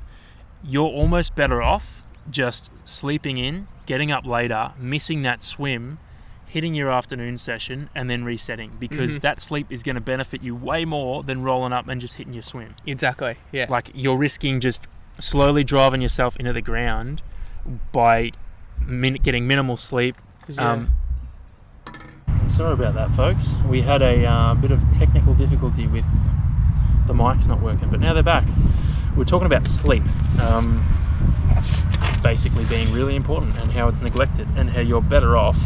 Speaker 1: You're almost better off just sleeping in, getting up later, missing that swim, hitting your afternoon session, and then resetting because
Speaker 2: Mhm.
Speaker 1: that sleep is going to benefit you way more than rolling up and just hitting your swim
Speaker 2: exactly yeah
Speaker 1: like you're risking just slowly driving yourself into the ground by min- getting minimal sleep. Um, sorry about that, folks. We had a uh, bit of technical difficulty with the mics not working, but now they're back. We're talking about sleep, um, basically being really important and how it's neglected and how you're better off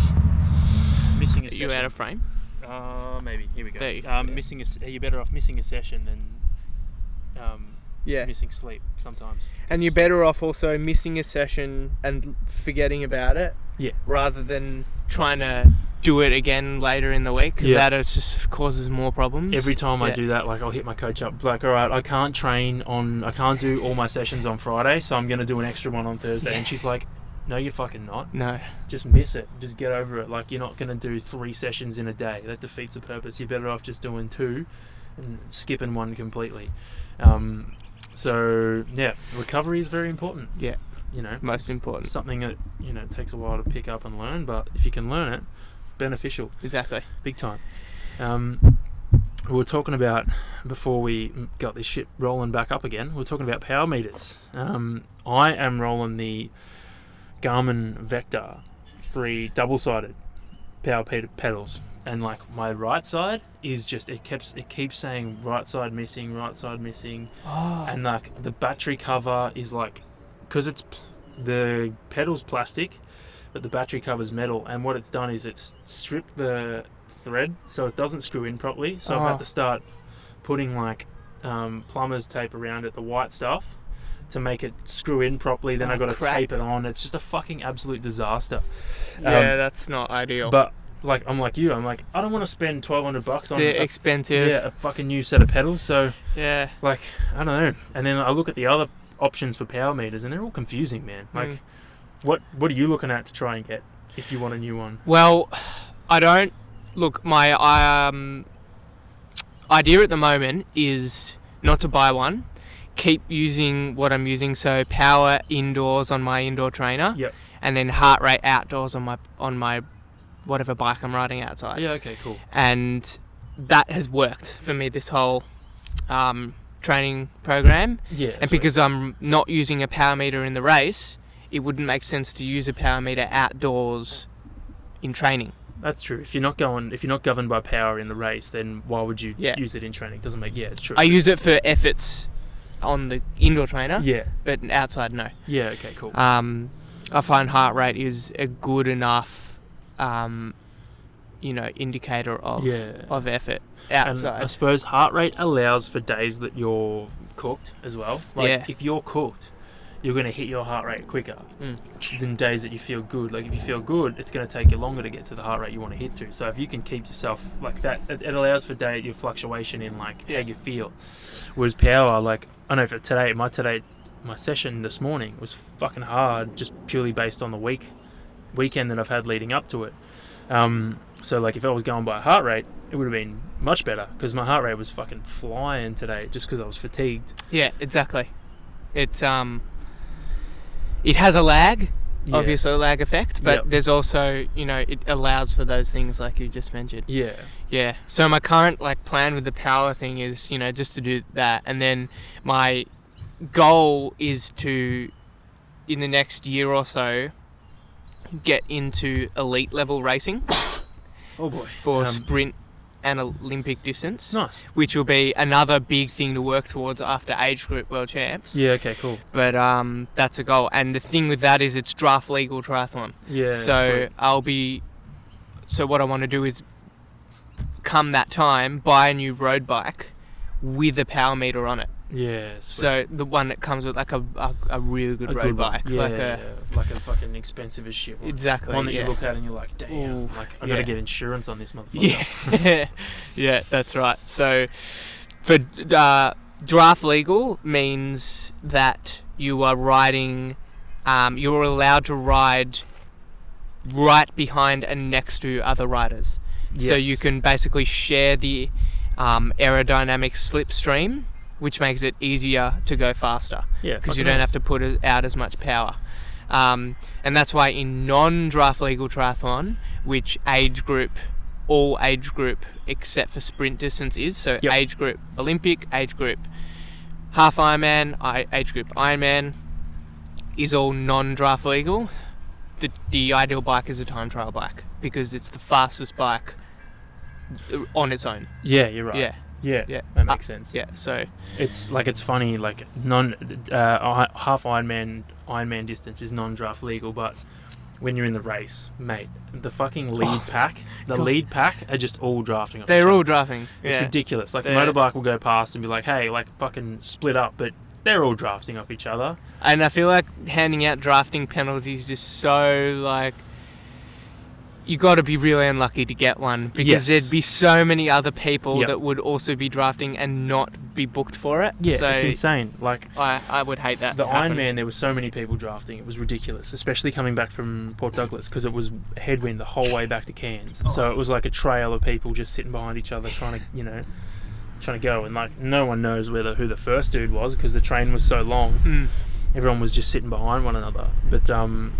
Speaker 1: missing a
Speaker 2: you
Speaker 1: session.
Speaker 2: out of frame
Speaker 1: uh, maybe here we go.
Speaker 2: There you go.
Speaker 1: Um, missing a, s- you're better off missing a session than um,
Speaker 2: yeah
Speaker 1: missing sleep sometimes.
Speaker 2: and you're better off also missing a session and forgetting about it
Speaker 1: Yeah.
Speaker 2: rather than trying to do it again later in the week because
Speaker 1: Yeah.
Speaker 2: that is just causes more problems
Speaker 1: Every time I
Speaker 2: Yeah.
Speaker 1: do that, like I'll hit my coach up, like, all right, I can't train on, I can't do all my sessions on Friday, so I'm gonna do an extra one on Thursday. And she's like, no, you're fucking not.
Speaker 2: no
Speaker 1: Just miss it. Just get over it. Like you're not gonna do three sessions in a day. That defeats the purpose. You're better off just doing two, and skipping one completely. Um, so yeah, recovery is very important.
Speaker 2: Yeah.
Speaker 1: you know,
Speaker 2: most
Speaker 1: it's
Speaker 2: important
Speaker 1: Something that you know takes a while to pick up and learn, but if you can learn it, beneficial
Speaker 2: exactly
Speaker 1: big time. Um, we were talking about before we got this shit rolling back up again. We were talking about power meters. Um, I am rolling the Garmin Vector three double-sided power ped- pedals, and like my right side is just it keeps it keeps saying right side missing, right side missing,
Speaker 2: oh
Speaker 1: and like the battery cover is like because it's pl- the pedal's plastic but the battery cover's metal and what it's done is it's stripped the thread so it doesn't screw in properly so i've
Speaker 2: Oh.
Speaker 1: had to start putting like um, plumber's tape around it the white stuff to make it screw in properly then
Speaker 2: Oh,
Speaker 1: i've got to
Speaker 2: crap.
Speaker 1: tape it on it's just a fucking absolute disaster Um,
Speaker 2: yeah that's not ideal
Speaker 1: but like i'm like you i'm like i don't want to spend 1200 bucks on
Speaker 2: they're
Speaker 1: a,
Speaker 2: expensive yeah,
Speaker 1: yeah, a fucking new set of pedals so like I don't know. And then I look at the other options for power meters, and they're all confusing, man. Like,
Speaker 2: Mm.
Speaker 1: what what are you looking at to try and get if you want a new one?
Speaker 2: well i don't look, my um, idea at the moment is not to buy one. Keep using what I'm using. So power indoors on my indoor trainer,
Speaker 1: Yep.
Speaker 2: and then heart rate outdoors on my on my whatever bike I'm riding outside.
Speaker 3: Yeah. Okay. Cool.
Speaker 2: And that has worked for me this whole um, training program.
Speaker 3: Yeah.
Speaker 2: And
Speaker 3: sweet.
Speaker 2: because I'm not using a power meter in the race, it wouldn't make sense to use a power meter outdoors in training.
Speaker 1: That's true. If you're not going, if you're not governed by power in the race, then why would you
Speaker 2: Yeah.
Speaker 1: use it in training? Doesn't make yeah, it's true.
Speaker 2: I use it for efforts on the indoor trainer,
Speaker 1: yeah,
Speaker 2: but outside, no.
Speaker 1: yeah. Okay, cool.
Speaker 2: Um, I find heart rate is a good enough, um, you know, indicator of
Speaker 1: Yeah.
Speaker 2: of effort
Speaker 1: and
Speaker 2: outside.
Speaker 1: I suppose heart rate allows for days that you're cooked as well. Like
Speaker 2: Yeah.
Speaker 1: if you're cooked, you're gonna hit your heart rate quicker
Speaker 2: Mm.
Speaker 1: than days that you feel good. Like if you feel good, it's gonna take you longer to get to the heart rate you want to hit to. So if you can keep yourself like that, it, it allows for day your fluctuation in like
Speaker 2: Yeah.
Speaker 1: how you feel. Whereas power, like I know for today, my today, my session this morning was fucking hard, just purely based on the week weekend that I've had leading up to it. Um, so like if I was going by heart rate, it would have been much better because my heart rate was fucking flying today just because I was fatigued.
Speaker 2: yeah, exactly. It's um, it has a lag,
Speaker 1: Yeah.
Speaker 2: obviously a lag effect, but
Speaker 1: Yep.
Speaker 2: there's also you know it allows for those things like you just mentioned.
Speaker 1: Yeah.
Speaker 2: Yeah. So my current like plan with the power thing is, you know, just to do that and then my goal is to in the next year or so get into elite level racing
Speaker 1: Oh boy.
Speaker 2: for
Speaker 1: Um,
Speaker 2: sprint and Olympic distance,
Speaker 1: Nice.
Speaker 2: which will be another big thing to work towards after age group world champs.
Speaker 1: Yeah. Okay. Cool.
Speaker 2: But um, that's a goal. And the thing with that is it's draft legal triathlon
Speaker 1: Yeah.
Speaker 2: so
Speaker 1: sweet.
Speaker 2: I'll be. So what I want to do is, come that time, buy a new road bike with a power meter on it.
Speaker 1: Yeah. sweet.
Speaker 2: So the one that comes with like a a, a really good
Speaker 1: A
Speaker 2: road
Speaker 1: good one.
Speaker 2: bike,
Speaker 1: Yeah,
Speaker 2: like
Speaker 1: yeah,
Speaker 2: a
Speaker 1: yeah. like a fucking expensive as shit one.
Speaker 2: exactly
Speaker 1: one that
Speaker 2: yeah.
Speaker 1: you look at and you're like, damn,
Speaker 2: Ooh,
Speaker 1: like I gotta
Speaker 2: yeah.
Speaker 1: get insurance on this motherfucker.
Speaker 2: Yeah, yeah, that's right. So, for uh, draft legal means that you are riding, um, you're allowed to ride right behind and next to other riders. So you
Speaker 1: Yes.
Speaker 2: can basically share the um, aerodynamic slipstream, which makes it easier to go faster
Speaker 1: Yeah.
Speaker 2: because you don't have to put as- out as much power. Um, and that's why in non-draft legal triathlon, which age group, all age group except for sprint distance is, so
Speaker 1: Yep.
Speaker 2: age group Olympic, age group half Ironman, I, age group Ironman, is all non-draft legal. The, the ideal bike is a time trial bike because it's the fastest bike uh, on its own.
Speaker 1: Yeah, you're right.
Speaker 2: Yeah,
Speaker 1: Yeah.
Speaker 2: yeah.
Speaker 1: That
Speaker 2: Uh,
Speaker 1: makes sense.
Speaker 2: yeah. So
Speaker 1: It's like it's funny, like non uh, I- half Ironman Ironman distance is non-draft legal, but when you're in the race, mate, the fucking lead pack, the
Speaker 2: Oh, God.
Speaker 1: lead pack are just all drafting. off
Speaker 2: they're
Speaker 1: each
Speaker 2: all
Speaker 1: other.
Speaker 2: drafting.
Speaker 1: It's
Speaker 2: Yeah.
Speaker 1: ridiculous. Like
Speaker 2: They're-
Speaker 1: the motorbike will go past and be like, "Hey, like fucking split up," but they're all drafting off each other.
Speaker 2: And I feel like handing out drafting penalties is just so like you got to be really unlucky to get one because
Speaker 1: Yes.
Speaker 2: there'd be so many other people
Speaker 1: Yep.
Speaker 2: that would also be drafting and not be booked for it.
Speaker 1: Yeah,
Speaker 2: so
Speaker 1: it's insane. Like
Speaker 2: I, I would hate that.
Speaker 1: the
Speaker 2: to happen.
Speaker 1: Iron Man, there were so many people drafting. It was ridiculous, especially coming back from Port Douglas because it was headwind the whole way back to Cairns. So it was like a trail of people just sitting behind each other trying to, you know, trying to go. And like no one knows whether who the first dude was because the train was so long.
Speaker 2: Mm.
Speaker 1: Everyone was just sitting behind one another. But um,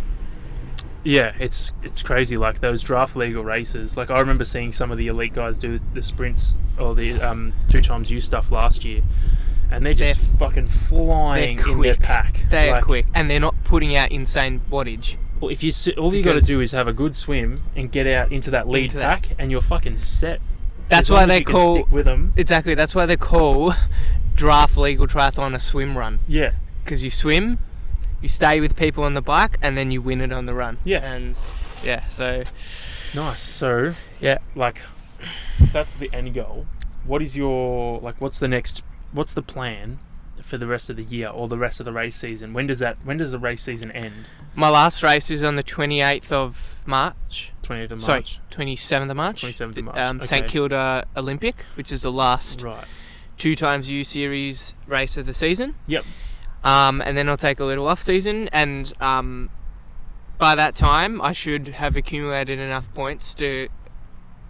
Speaker 1: yeah, it's it's crazy. Like those draft legal races. Like I remember seeing some of the elite guys do the sprints or the um, two times you stuff last year. And they're just fucking flying in their
Speaker 2: quick.
Speaker 1: pack.
Speaker 2: They are
Speaker 1: Like,
Speaker 2: quick and they're not putting out insane wattage.
Speaker 1: well, if you s- all you got to
Speaker 2: Because-
Speaker 1: do is have a good swim and get out into that lead
Speaker 2: Into that.
Speaker 1: pack, and you're fucking set.
Speaker 2: That's
Speaker 1: As long
Speaker 2: why
Speaker 1: as
Speaker 2: they
Speaker 1: you can
Speaker 2: call
Speaker 1: stick with them.
Speaker 2: exactly. That's why they call draft legal triathlon a swim run
Speaker 1: Yeah,
Speaker 2: because you swim, you stay with people on the bike, and then you win it on the run.
Speaker 1: Yeah.
Speaker 2: And yeah, so
Speaker 1: nice. So
Speaker 2: yeah.
Speaker 1: like, if that's the end goal. What is your like? What's the next? What's the plan for the rest of the year or the rest of the race season? When does that? When does the race season end?
Speaker 2: My last race is on the 28th of March.
Speaker 1: 20th of
Speaker 2: Sorry,
Speaker 1: March.
Speaker 2: 27th of March.
Speaker 1: 27th of March,
Speaker 2: Um, St
Speaker 1: okay. Mm.
Speaker 2: Kilda Olympic, which is the last
Speaker 1: Right.
Speaker 2: two times U series race of the season.
Speaker 1: Yep.
Speaker 2: Um, and then I'll take a little off season, and um, by that time I should have accumulated enough points to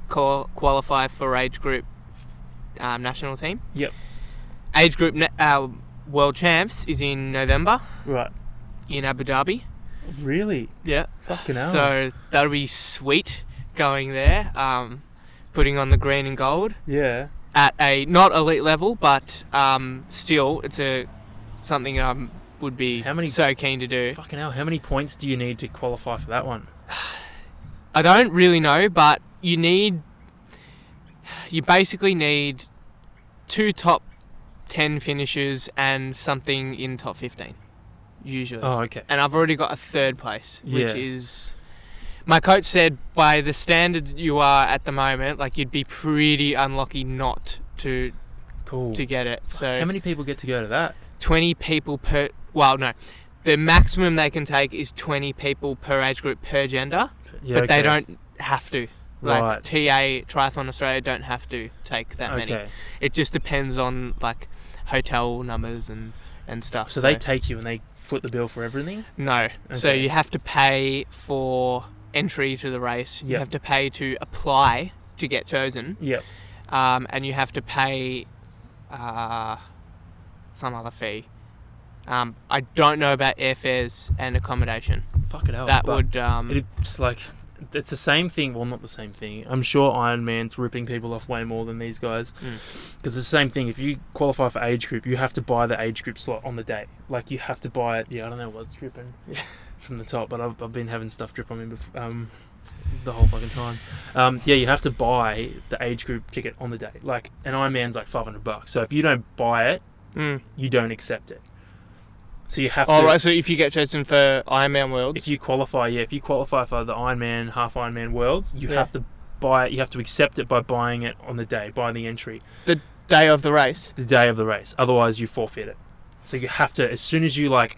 Speaker 2: qual- qualify for age group um, national team.
Speaker 1: Yep.
Speaker 2: Age group na- uh, world champs is in November
Speaker 1: Right.
Speaker 2: in Abu Dhabi.
Speaker 1: Really?
Speaker 2: Yeah.
Speaker 1: Fucking hell.
Speaker 2: So that'll be sweet going there, um, putting on the green and gold
Speaker 1: yeah.
Speaker 2: at a not elite level, but um, still it's a something I um, would be
Speaker 1: How many-
Speaker 2: so keen to do.
Speaker 1: Fucking hell. How many points do you need to qualify for that one?
Speaker 2: I don't really know, but you need you basically need two top ten finishes and something in top fifteen, usually.
Speaker 1: Oh, okay.
Speaker 2: And I've already got a third place, which
Speaker 1: Yeah.
Speaker 2: is my coach said by the standard you are at the moment, like you'd be pretty unlucky not to
Speaker 1: Cool.
Speaker 2: to get it. So
Speaker 1: How many people get to go to that?
Speaker 2: 20 people per well no the maximum they can take is 20 people per age group per gender
Speaker 1: Yeah,
Speaker 2: but
Speaker 1: okay.
Speaker 2: they don't have to like
Speaker 1: Right.
Speaker 2: ta triathlon australia don't have to take that many
Speaker 1: Okay.
Speaker 2: it just depends on like hotel numbers and and stuff
Speaker 1: So, they take you and they foot the bill for everything.
Speaker 2: no so
Speaker 1: Okay.
Speaker 2: you have to pay for entry to the race you
Speaker 1: Yep.
Speaker 2: have to pay to apply to get chosen
Speaker 1: Yep.
Speaker 2: um, and you have to pay uh, some other fee. Um, I don't know about airfares and accommodation.
Speaker 1: Fucking hell.
Speaker 2: that
Speaker 1: Oh, but
Speaker 2: would um,
Speaker 1: It's like it's the same thing. Well, not the same thing. I'm sure Iron Man's ripping people off way more than these guys.
Speaker 2: Mm.
Speaker 1: Because it's the same thing. If you qualify for age group, you have to buy the age group slot on the day. Like you have to buy it. Yeah, I don't know what's dripping
Speaker 2: Yeah.
Speaker 1: from the top, but I've, I've been having stuff drip on me before, um, the whole fucking time. Um, yeah, you have to buy the age group ticket on the day. Like an Iron Man's like 500 bucks. So if you don't buy it,
Speaker 2: mm.
Speaker 1: you don't accept it. So you have
Speaker 2: All
Speaker 1: to.
Speaker 2: right. So if you get chosen for Ironman Worlds,
Speaker 1: If you qualify, yeah, if you qualify for the Ironman, half Ironman Worlds, you
Speaker 2: Yeah.
Speaker 1: have to buy it. You have to accept it by buying it on the day, buying the entry,
Speaker 2: day of the race.
Speaker 1: the day of the race. Otherwise, you forfeit it. So you have to, as soon as you like,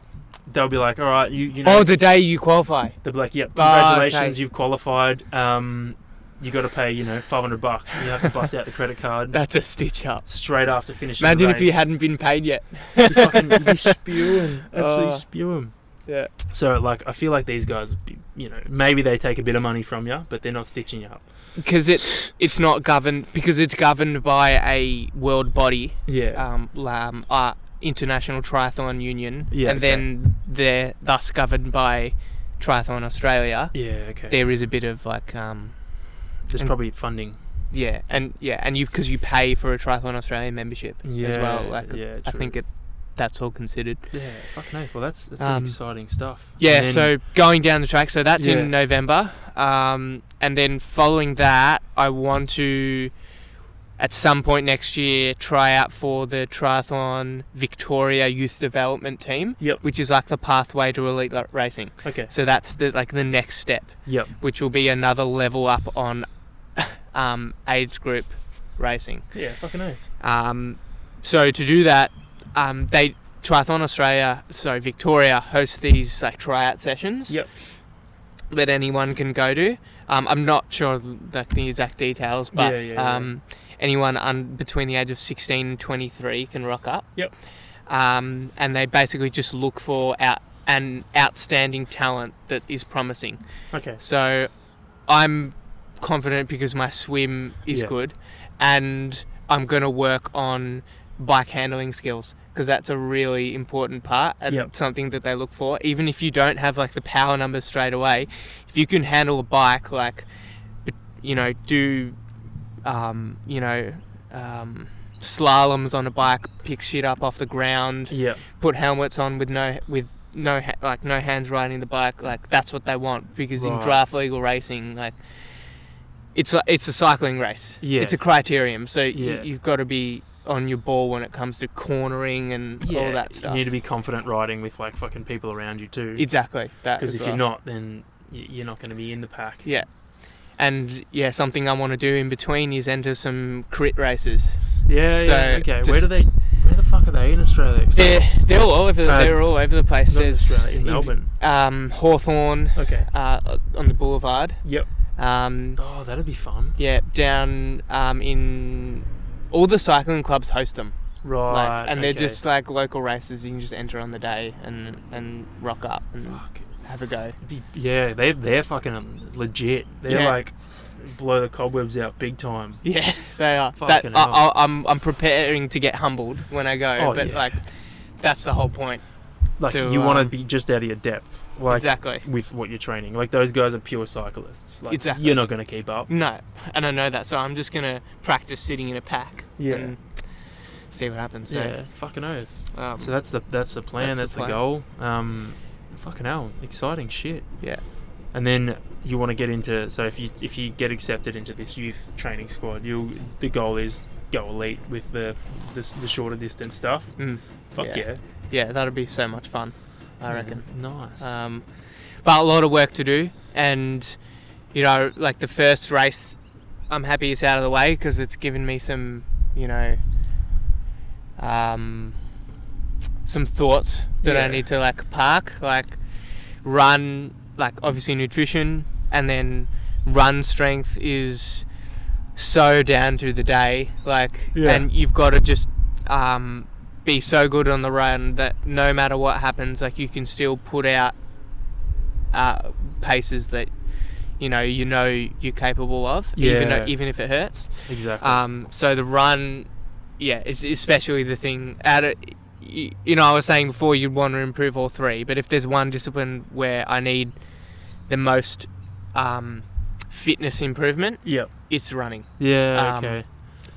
Speaker 1: they'll be like, all right, you, you know,
Speaker 2: Oh, the day you qualify.
Speaker 1: they'll be like, yep,
Speaker 2: Ah,
Speaker 1: congratulations,
Speaker 2: okay.
Speaker 1: you've qualified. Um, you got to pay, you know, five hundred bucks. You have to bust out the credit card
Speaker 2: That's a stitch up.
Speaker 1: straight after finishing. the
Speaker 2: Imagine if you
Speaker 1: race.
Speaker 2: hadn't been paid yet.
Speaker 1: you fucking you'd be spewing, absolutely
Speaker 2: Oh.
Speaker 1: spewing.
Speaker 2: Yeah.
Speaker 1: So like, I feel like these guys, be- you know, maybe they take a bit of money from you, but they're not stitching you up.
Speaker 2: Because it's it's not governed because it's governed by a world body.
Speaker 1: Yeah.
Speaker 2: um, um, uh, International Triathlon Union,
Speaker 1: Yeah,
Speaker 2: and then they're thus governed by Triathlon Australia.
Speaker 1: yeah. Okay.
Speaker 2: There is a bit of like, um,
Speaker 1: There's
Speaker 2: and-
Speaker 1: probably funding
Speaker 2: yeah, and yeah, and you because you pay for a Triathlon Australia membership as well.
Speaker 1: Yeah,
Speaker 2: Like,
Speaker 1: yeah,
Speaker 2: I
Speaker 1: true.
Speaker 2: think it, that's all considered.
Speaker 1: Yeah. Fucking oath. Well, that's that's
Speaker 2: Um,
Speaker 1: some exciting stuff.
Speaker 2: Yeah.
Speaker 1: And then-
Speaker 2: so going down the track, so that's
Speaker 1: Yeah.
Speaker 2: in November, um, and then following that, I want to. At some point next year, try out for the Triathlon Victoria Youth Development Team.
Speaker 1: Yep.
Speaker 2: which is like the pathway to elite lo- racing.
Speaker 1: Okay.
Speaker 2: So that's the like the next step,
Speaker 1: Yep.
Speaker 2: which will be another level up on um, age group racing.
Speaker 1: Yeah. Fucking oath.
Speaker 2: Um, so to do that, um, they Triathlon Australia, so Victoria hosts these like tryout sessions.
Speaker 1: Yep.
Speaker 2: That anyone can go to. Um, I'm not sure like the exact details, but
Speaker 1: Yeah, yeah, yeah.
Speaker 2: um, anyone un- between the age of 16 and 23 can rock up.
Speaker 1: Yep.
Speaker 2: Um, and they basically just look for out- an outstanding talent that is promising.
Speaker 1: Okay.
Speaker 2: So I'm confident because my swim is
Speaker 1: Yeah.
Speaker 2: good and I'm going to work on bike handling skills because that's a really important part and
Speaker 1: Yep.
Speaker 2: something that they look for even if you don't have like the power numbers straight away if you can handle a bike like b- you know do um, you know um, slaloms on a bike pick shit up off the ground
Speaker 1: Yeah.
Speaker 2: put helmets on with no with no ha- like no hands riding the bike like that's what they want because in
Speaker 1: Right.
Speaker 2: draft legal racing like it's a, it's a cycling race
Speaker 1: Yeah.
Speaker 2: it's a criterium so
Speaker 1: Yeah.
Speaker 2: you, you've got to be on your ball when it comes to cornering and
Speaker 1: Yeah.
Speaker 2: all that stuff
Speaker 1: You need to be confident riding with like fucking people around you too.
Speaker 2: exactly that
Speaker 1: Because
Speaker 2: as
Speaker 1: if
Speaker 2: well.
Speaker 1: you're not, then y- you're not going to be in the pack.
Speaker 2: Yeah. and yeah something I want to do in between is enter some crit races
Speaker 1: Yeah.
Speaker 2: So,
Speaker 1: yeah. Okay. Where
Speaker 2: just-
Speaker 1: do they? Where the fuck are they in Australia? 'Cause
Speaker 2: they're they're all over
Speaker 1: Uh,
Speaker 2: they're all over the place
Speaker 1: not in
Speaker 2: there's
Speaker 1: Australia, in Melbourne.
Speaker 2: um Hawthorne
Speaker 1: Okay.
Speaker 2: uh, on the boulevard
Speaker 1: Yep.
Speaker 2: um
Speaker 1: Oh, that'd be fun.
Speaker 2: Yeah, down um, in all the cycling clubs host them,
Speaker 1: Right.
Speaker 2: like, and they're
Speaker 1: okay.
Speaker 2: just like local races. You can just enter on the day and and rock up and
Speaker 1: Fuck.
Speaker 2: have a go.
Speaker 1: Be- Yeah, they they're fucking legit. They're
Speaker 2: Yeah.
Speaker 1: like blow the cobwebs out big time.
Speaker 2: Yeah, they are. That,
Speaker 1: Fucking
Speaker 2: I,
Speaker 1: hell.
Speaker 2: I, I'm I'm preparing to get humbled when I go,
Speaker 1: Oh,
Speaker 2: but
Speaker 1: yeah.
Speaker 2: like, that's the whole point.
Speaker 1: Like
Speaker 2: To,
Speaker 1: you want to
Speaker 2: um,
Speaker 1: be just out of your depth, like
Speaker 2: exactly.
Speaker 1: with what you're training. Like those guys are pure cyclists. Like
Speaker 2: Exactly.
Speaker 1: you're not gonna keep up.
Speaker 2: No, and I know that, so I'm just gonna practice sitting in a pack.
Speaker 1: Yeah.
Speaker 2: And see what happens. So,
Speaker 1: Yeah, fucking oath.
Speaker 2: Um,
Speaker 1: So that's the that's the plan. That's,
Speaker 2: That's
Speaker 1: the,
Speaker 2: the plan.
Speaker 1: goal. Um, fucking hell, exciting shit.
Speaker 2: yeah.
Speaker 1: And then you want to get into. So if you if you get accepted into this youth training squad, you the goal is go elite with the the, s- the shorter distance stuff.
Speaker 2: Mm.
Speaker 1: Fuck yeah,
Speaker 2: Yeah. Yeah, that'll be so much fun. I reckon.
Speaker 1: Nice.
Speaker 2: Um, but a lot of work to do, and you know, like the first race, I'm happy it's out of the way because it's given me some, you know, um, some thoughts that
Speaker 1: Yeah.
Speaker 2: I need to like park, like run, like obviously nutrition, and then run strength is so down to the day, like,
Speaker 1: Yeah.
Speaker 2: and you've got to just um, be so good on the run that no matter what happens, like you can still put out uh, paces that you know you know you're capable of, even
Speaker 1: Yeah.
Speaker 2: though, even if it hurts.
Speaker 1: exactly.
Speaker 2: Um, so the run, yeah, is especially the thing at a, y- you know I was saying before you'd want to improve all three, but if there's one discipline where I need the most um, fitness improvement,
Speaker 1: yep.
Speaker 2: it's running
Speaker 1: Yeah.
Speaker 2: um,
Speaker 1: okay.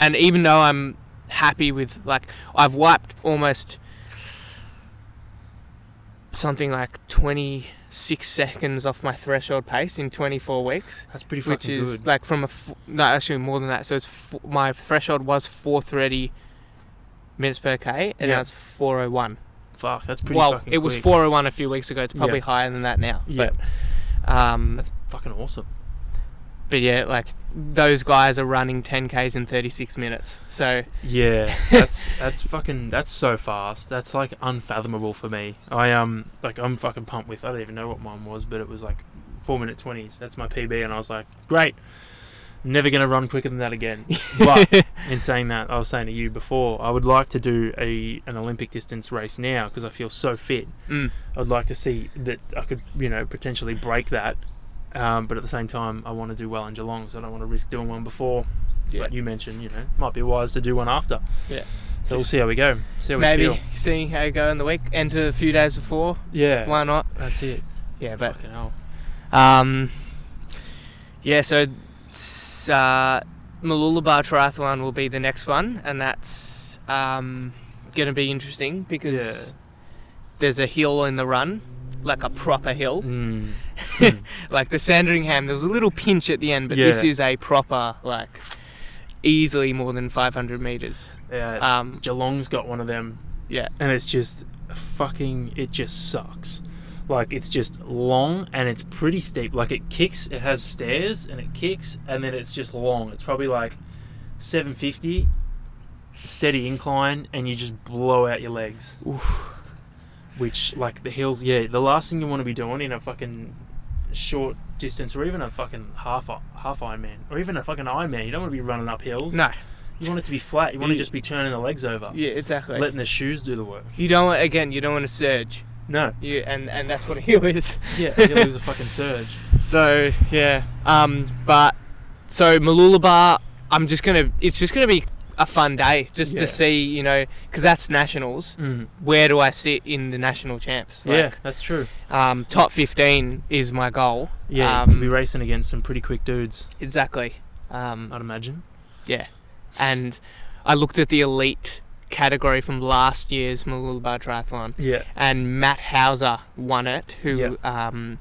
Speaker 2: and even though I'm happy with like I've wiped almost something like 26 seconds off my threshold pace in 24 weeks
Speaker 1: That's pretty
Speaker 2: which
Speaker 1: fucking
Speaker 2: is
Speaker 1: good.
Speaker 2: like from a f- no actually more than that so it's f- my threshold was 430 minutes per k and
Speaker 1: Yeah.
Speaker 2: now it's 401
Speaker 1: Fuck. That's pretty.
Speaker 2: well
Speaker 1: fucking
Speaker 2: it was
Speaker 1: quick.
Speaker 2: 401 a few weeks ago it's probably
Speaker 1: Yeah.
Speaker 2: higher than that now
Speaker 1: Yeah.
Speaker 2: but um
Speaker 1: That's fucking awesome.
Speaker 2: but yeah like those guys are running 10ks in 36 minutes so
Speaker 1: Yeah, that's that's fucking that's so fast. That's like unfathomable for me. I um like I'm fucking pumped with. I don't even know what mine was, but it was like four minute twenties. That's my PB, and I was like, great. Never gonna run quicker than that again. But in saying that, I was saying to you before, I would like to do a an Olympic distance race now because I feel so fit.
Speaker 2: mm,
Speaker 1: I'd like to see that I could, you know, potentially break that. Um, but at the same time, I want to do well in Geelong, so I don't want to risk doing one before.
Speaker 2: yeah.
Speaker 1: But you mentioned, you know, might be wise to do one after.
Speaker 2: Yeah.
Speaker 1: So we'll see how we go. See how we
Speaker 2: Maybe
Speaker 1: feel.
Speaker 2: seeing how you go in the week, enter a few days before.
Speaker 1: Yeah.
Speaker 2: Why not?
Speaker 1: That's it.
Speaker 2: Yeah, but
Speaker 1: Fucking hell.
Speaker 2: um, yeah. So s- uh, Malulabar Triathlon will be the next one, and that's um, gonna be interesting because
Speaker 1: Yeah.
Speaker 2: there's a hill in the run, like a proper hill,
Speaker 1: Mm.
Speaker 2: like the Sandringham. There was a little pinch at the end, but this
Speaker 1: Yeah.
Speaker 2: is a proper like easily more than 500 meters.
Speaker 1: Yeah.
Speaker 2: Um,
Speaker 1: Geelong's got one of them,
Speaker 2: yeah,
Speaker 1: and it's just fucking. It just sucks. Like it's just long and it's pretty steep. Like it kicks. It has stairs and it kicks, and then it's just long. It's probably like 750 steady incline, and you just blow out your legs. Which like the hills, yeah. The last thing you want to be doing in a fucking short distance, or even a fucking half half Ironman, or even a fucking Ironman, you don't want to be running up hills.
Speaker 2: no,
Speaker 1: You want it to be flat. You want to
Speaker 2: You-
Speaker 1: just be turning the legs over,
Speaker 2: yeah, exactly.
Speaker 1: letting the shoes do the work.
Speaker 2: you don't want again. You don't want to surge.
Speaker 1: No,
Speaker 2: You and and that's what a heel is.
Speaker 1: yeah, he'll lose a fucking surge.
Speaker 2: So yeah. Um, but so Malulabar, I'm just gonna. It's just gonna be a fun day just
Speaker 1: Yeah.
Speaker 2: to see, you know, because that's nationals.
Speaker 1: Mm.
Speaker 2: Where do I sit in the national champs?
Speaker 1: yeah, that's true.
Speaker 2: Um, top 15 is my goal.
Speaker 1: Yeah,
Speaker 2: Um,
Speaker 1: we'll be racing against some pretty quick dudes,
Speaker 2: Exactly. Um,
Speaker 1: I'd imagine.
Speaker 2: and I looked at the elite category from last year's Malulabar Triathlon.
Speaker 1: Yeah,
Speaker 2: and Matt Hauser won it, who
Speaker 1: Yeah.
Speaker 2: um,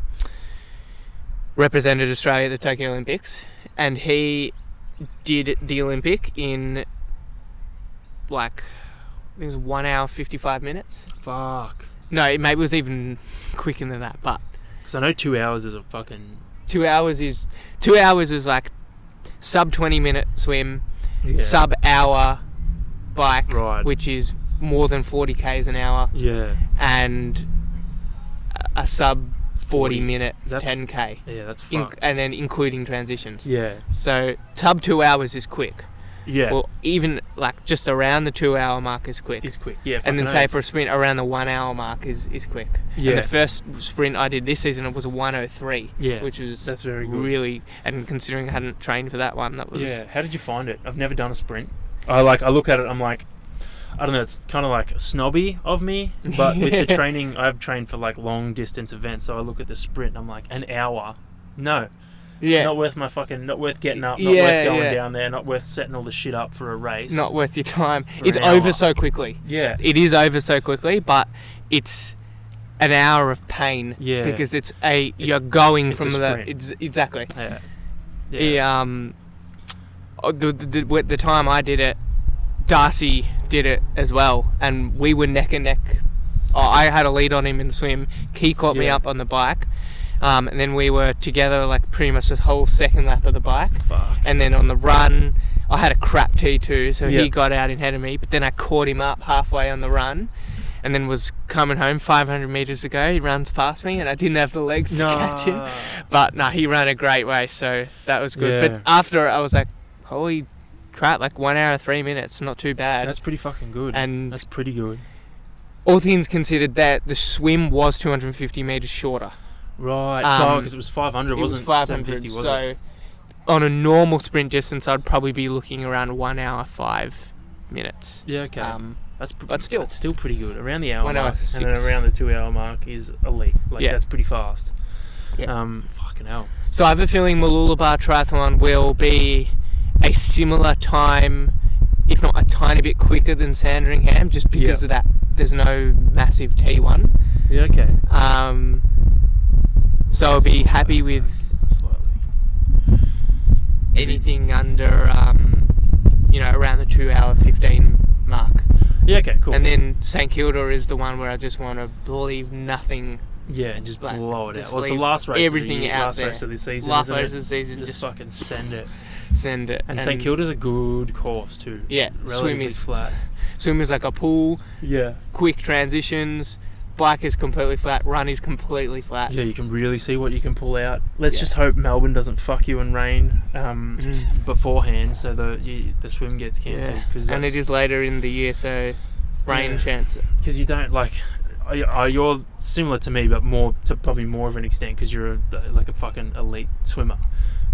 Speaker 2: represented Australia at the Tokyo Olympics, and he did the Olympic in like I think it was one hour fifty five minutes.
Speaker 1: fuck.
Speaker 2: No, it maybe was even quicker than that, but
Speaker 1: Because I know two hours is a fucking
Speaker 2: two hours is two hours is like sub twenty minute swim,
Speaker 1: yeah.
Speaker 2: sub hour bike,
Speaker 1: Right.
Speaker 2: which is more than forty k's an hour.
Speaker 1: Yeah,
Speaker 2: and a- a sub 40
Speaker 1: 40.
Speaker 2: minute
Speaker 1: That's
Speaker 2: 10k
Speaker 1: yeah, that's
Speaker 2: in,
Speaker 1: fucked.
Speaker 2: and then including transitions
Speaker 1: yeah,
Speaker 2: so tub two hours is quick
Speaker 1: yeah,
Speaker 2: well even like just around the two hour mark is quick.
Speaker 1: It's quick. Yeah.
Speaker 2: and then
Speaker 1: fucking
Speaker 2: say
Speaker 1: oath.
Speaker 2: for a sprint around the one hour mark is, is quick.
Speaker 1: Yeah.
Speaker 2: And the first sprint I did this season it was a 103.
Speaker 1: Yeah,
Speaker 2: Which was
Speaker 1: that's very good.
Speaker 2: really and considering I hadn't trained for that one, that was
Speaker 1: Yeah. How did you find it? I've never done a sprint. I like. I look at it. I'm like, I don't know. It's kind of like snobby of me, but with the training, I've trained for like long distance events. So I look at the sprint. and I'm like, an hour. No,
Speaker 2: yeah,
Speaker 1: not worth my fucking. Not worth getting up. Not
Speaker 2: Yeah,
Speaker 1: worth going
Speaker 2: yeah.
Speaker 1: down there. Not worth setting all the shit up for a race.
Speaker 2: not worth your time.
Speaker 1: For
Speaker 2: It's
Speaker 1: an hour.
Speaker 2: over so quickly.
Speaker 1: Yeah.
Speaker 2: It is over so quickly, but it's an hour of pain.
Speaker 1: Yeah.
Speaker 2: Because it's a you're going
Speaker 1: it's
Speaker 2: from
Speaker 1: a
Speaker 2: the
Speaker 1: sprint.
Speaker 2: it's exactly.
Speaker 1: Yeah. Yeah.
Speaker 2: He, um, oh, the, the, the, with the time I did it, Darcy did it as well, and we were neck and neck. Oh, I had a lead on him in the swim. He caught me
Speaker 1: Yeah.
Speaker 2: up on the bike, um, and then we were together like pretty much the whole second lap of the bike.
Speaker 1: Fuck.
Speaker 2: And then on the run, I had a crap T2, so
Speaker 1: Yeah.
Speaker 2: he got out ahead of me. But then I caught him up halfway on the run, and then was coming home 500 meters ago. He runs past me, and I didn't have the legs to catch him.
Speaker 1: Nah.
Speaker 2: But no, he ran a great race, so that was good.
Speaker 1: Yeah.
Speaker 2: But after I was like, holy crap, like one hour three minutes, not too bad.
Speaker 1: That's pretty fucking good.
Speaker 2: and
Speaker 1: That's pretty good.
Speaker 2: all things considered, that the swim was 250 meters shorter.
Speaker 1: Right.
Speaker 2: Um,
Speaker 1: because it was 500,
Speaker 2: it was
Speaker 1: wasn't
Speaker 2: 500,
Speaker 1: 750, was
Speaker 2: so
Speaker 1: it?
Speaker 2: on a normal sprint distance, I'd probably be looking around one hour five minutes.
Speaker 1: Yeah, okay.
Speaker 2: Um,
Speaker 1: that's pr-
Speaker 2: but still.
Speaker 1: that's still pretty good. Around the hour
Speaker 2: One hour
Speaker 3: mark,
Speaker 1: mark and then
Speaker 2: six.
Speaker 1: around the two hour mark is elite. Like
Speaker 2: Yeah.
Speaker 1: that's pretty fast.
Speaker 2: Yeah.
Speaker 1: Um, fucking hell.
Speaker 2: So I have a feeling Mooloolaba Triathlon will be a similar time, if not a tiny bit quicker than Sandringham, just because
Speaker 1: Yeah.
Speaker 2: of that. There's no massive T1.
Speaker 1: Yeah, okay.
Speaker 2: Um, so I'll be happy with
Speaker 1: Slightly.
Speaker 2: anything under, um, you know, around the two hour 15 mark.
Speaker 1: Yeah, okay, cool.
Speaker 2: And then St Kilda is the one where I just want to leave nothing,
Speaker 1: yeah, and just
Speaker 2: like,
Speaker 1: blow it out.
Speaker 2: just
Speaker 1: Well, it's the
Speaker 2: leave
Speaker 1: last race of
Speaker 2: everything
Speaker 1: the year,
Speaker 2: out
Speaker 1: last
Speaker 2: there.
Speaker 1: race of the season.
Speaker 2: last
Speaker 1: isn't
Speaker 2: race
Speaker 1: it?
Speaker 2: of the season,
Speaker 1: Just,
Speaker 2: just
Speaker 1: fucking send it.
Speaker 2: send it.
Speaker 1: And, St Kilda's a good course too.
Speaker 2: Yeah, swim
Speaker 1: relatively
Speaker 2: is-
Speaker 1: flat.
Speaker 2: Swim is like a pool,
Speaker 1: Yeah,
Speaker 2: quick transitions. Bike is completely flat. Run is completely flat.
Speaker 1: yeah, you can really see what you can pull out. Let's
Speaker 2: Yeah.
Speaker 1: just hope Melbourne doesn't fuck you and rain um,
Speaker 2: Mm.
Speaker 1: beforehand, so the you, the swim gets cancelled. 'cause
Speaker 2: And it
Speaker 1: that's-
Speaker 2: is later in the year, so rain
Speaker 1: Yeah.
Speaker 2: chance.
Speaker 1: because you don't like are, are you're similar to me but more to probably more of an extent because you're a, like a fucking elite swimmer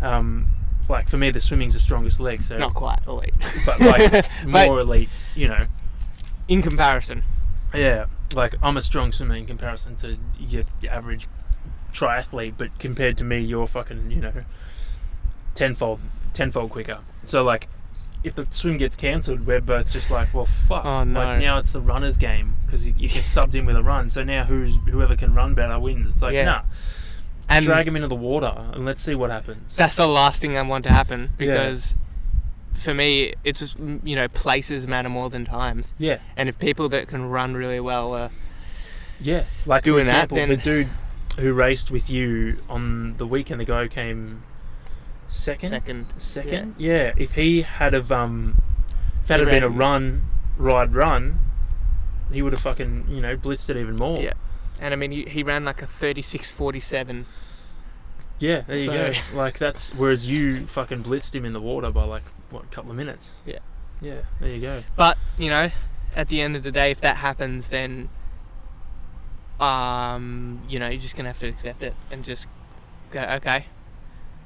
Speaker 1: um like for me the swimming's the strongest leg so
Speaker 2: Not quite elite,
Speaker 1: but like
Speaker 2: But-
Speaker 1: more elite you know
Speaker 2: in comparison.
Speaker 1: yeah like i'm a strong swimmer in comparison to your, your average triathlete but compared to me you're fucking you know tenfold tenfold quicker so like if the swim gets cancelled, we're both just like, well, fuck.
Speaker 2: Oh, no.
Speaker 1: Like now it's the runner's game because you, you get subbed in with a run. So now who's whoever can run better wins. It's like,
Speaker 2: Yeah.
Speaker 1: nah,
Speaker 2: And
Speaker 1: drag him into the water and let's see what happens.
Speaker 2: that's the last thing I want to happen
Speaker 1: Yeah.
Speaker 2: because for me, it's just, mm, you know places matter more than times.
Speaker 1: yeah,
Speaker 2: And if people that can run really well, uh,
Speaker 1: yeah. Like for
Speaker 2: Doing that,
Speaker 1: example,
Speaker 2: then-
Speaker 1: the dude who raced with you on the weekend, the guy who came second.
Speaker 2: second,
Speaker 1: second? Yeah. If he had have um, if that
Speaker 2: He
Speaker 1: had been a
Speaker 2: ran-
Speaker 1: run, ride, run, he would have fucking you know blitzed it even more.
Speaker 2: Yeah. and I mean he, he ran like a thirty-six forty-seven.
Speaker 1: Yeah, there you
Speaker 2: So-
Speaker 1: go. Like that's whereas you fucking blitzed him in the water by like what a couple of minutes.
Speaker 2: Yeah.
Speaker 1: Yeah, there you go.
Speaker 2: But you know, at the end of the day, if that happens, then um, you know, you're just gonna have to accept it and just go. Okay,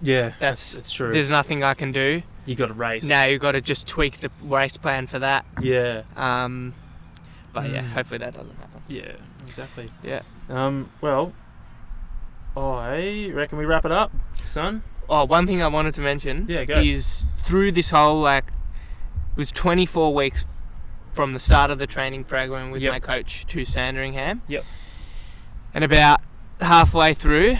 Speaker 1: Yeah,
Speaker 2: That's-
Speaker 1: that's that's true.
Speaker 2: there's nothing I can do.
Speaker 1: you got a race.
Speaker 2: Now you've got to just tweak the race plan for that.
Speaker 1: Yeah.
Speaker 2: Um, but yeah,
Speaker 1: Mm.
Speaker 2: hopefully that doesn't happen.
Speaker 1: Yeah. Exactly.
Speaker 2: Yeah.
Speaker 1: Um. Well, I reckon we wrap it up, son.
Speaker 2: Oh, one thing I wanted to mention
Speaker 1: Yeah, go.
Speaker 2: is through this whole like it was 24 weeks from the start of the training program with
Speaker 1: Yep.
Speaker 2: my coach to Sandringham.
Speaker 1: Yep.
Speaker 2: And about halfway through,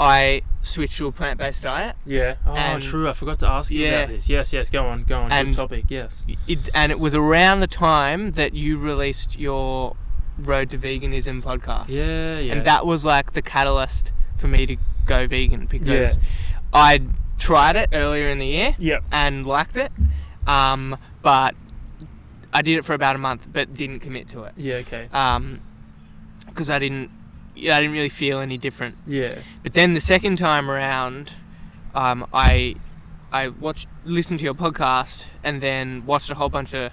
Speaker 2: I switched to a plant-based diet,
Speaker 1: Yeah. Oh,
Speaker 2: And-
Speaker 1: true. I forgot to ask you
Speaker 2: Yeah.
Speaker 1: about this. Yes. Yes. Go on. Go on.
Speaker 2: And-
Speaker 1: Good topic. Yes.
Speaker 2: it, and it was around the time that you released your Road to Veganism podcast.
Speaker 1: Yeah. Yeah.
Speaker 2: and that was like the catalyst for me to go vegan because I tried it earlier in the year
Speaker 1: Yep.
Speaker 2: and liked it, um, but I did it for about a month but didn't commit to it
Speaker 1: Yeah. Okay.
Speaker 2: because I didn't yeah, I didn't really feel any different.
Speaker 1: Yeah.
Speaker 2: But then the second time around, um, I I watched, listened to your podcast, and then watched a whole bunch of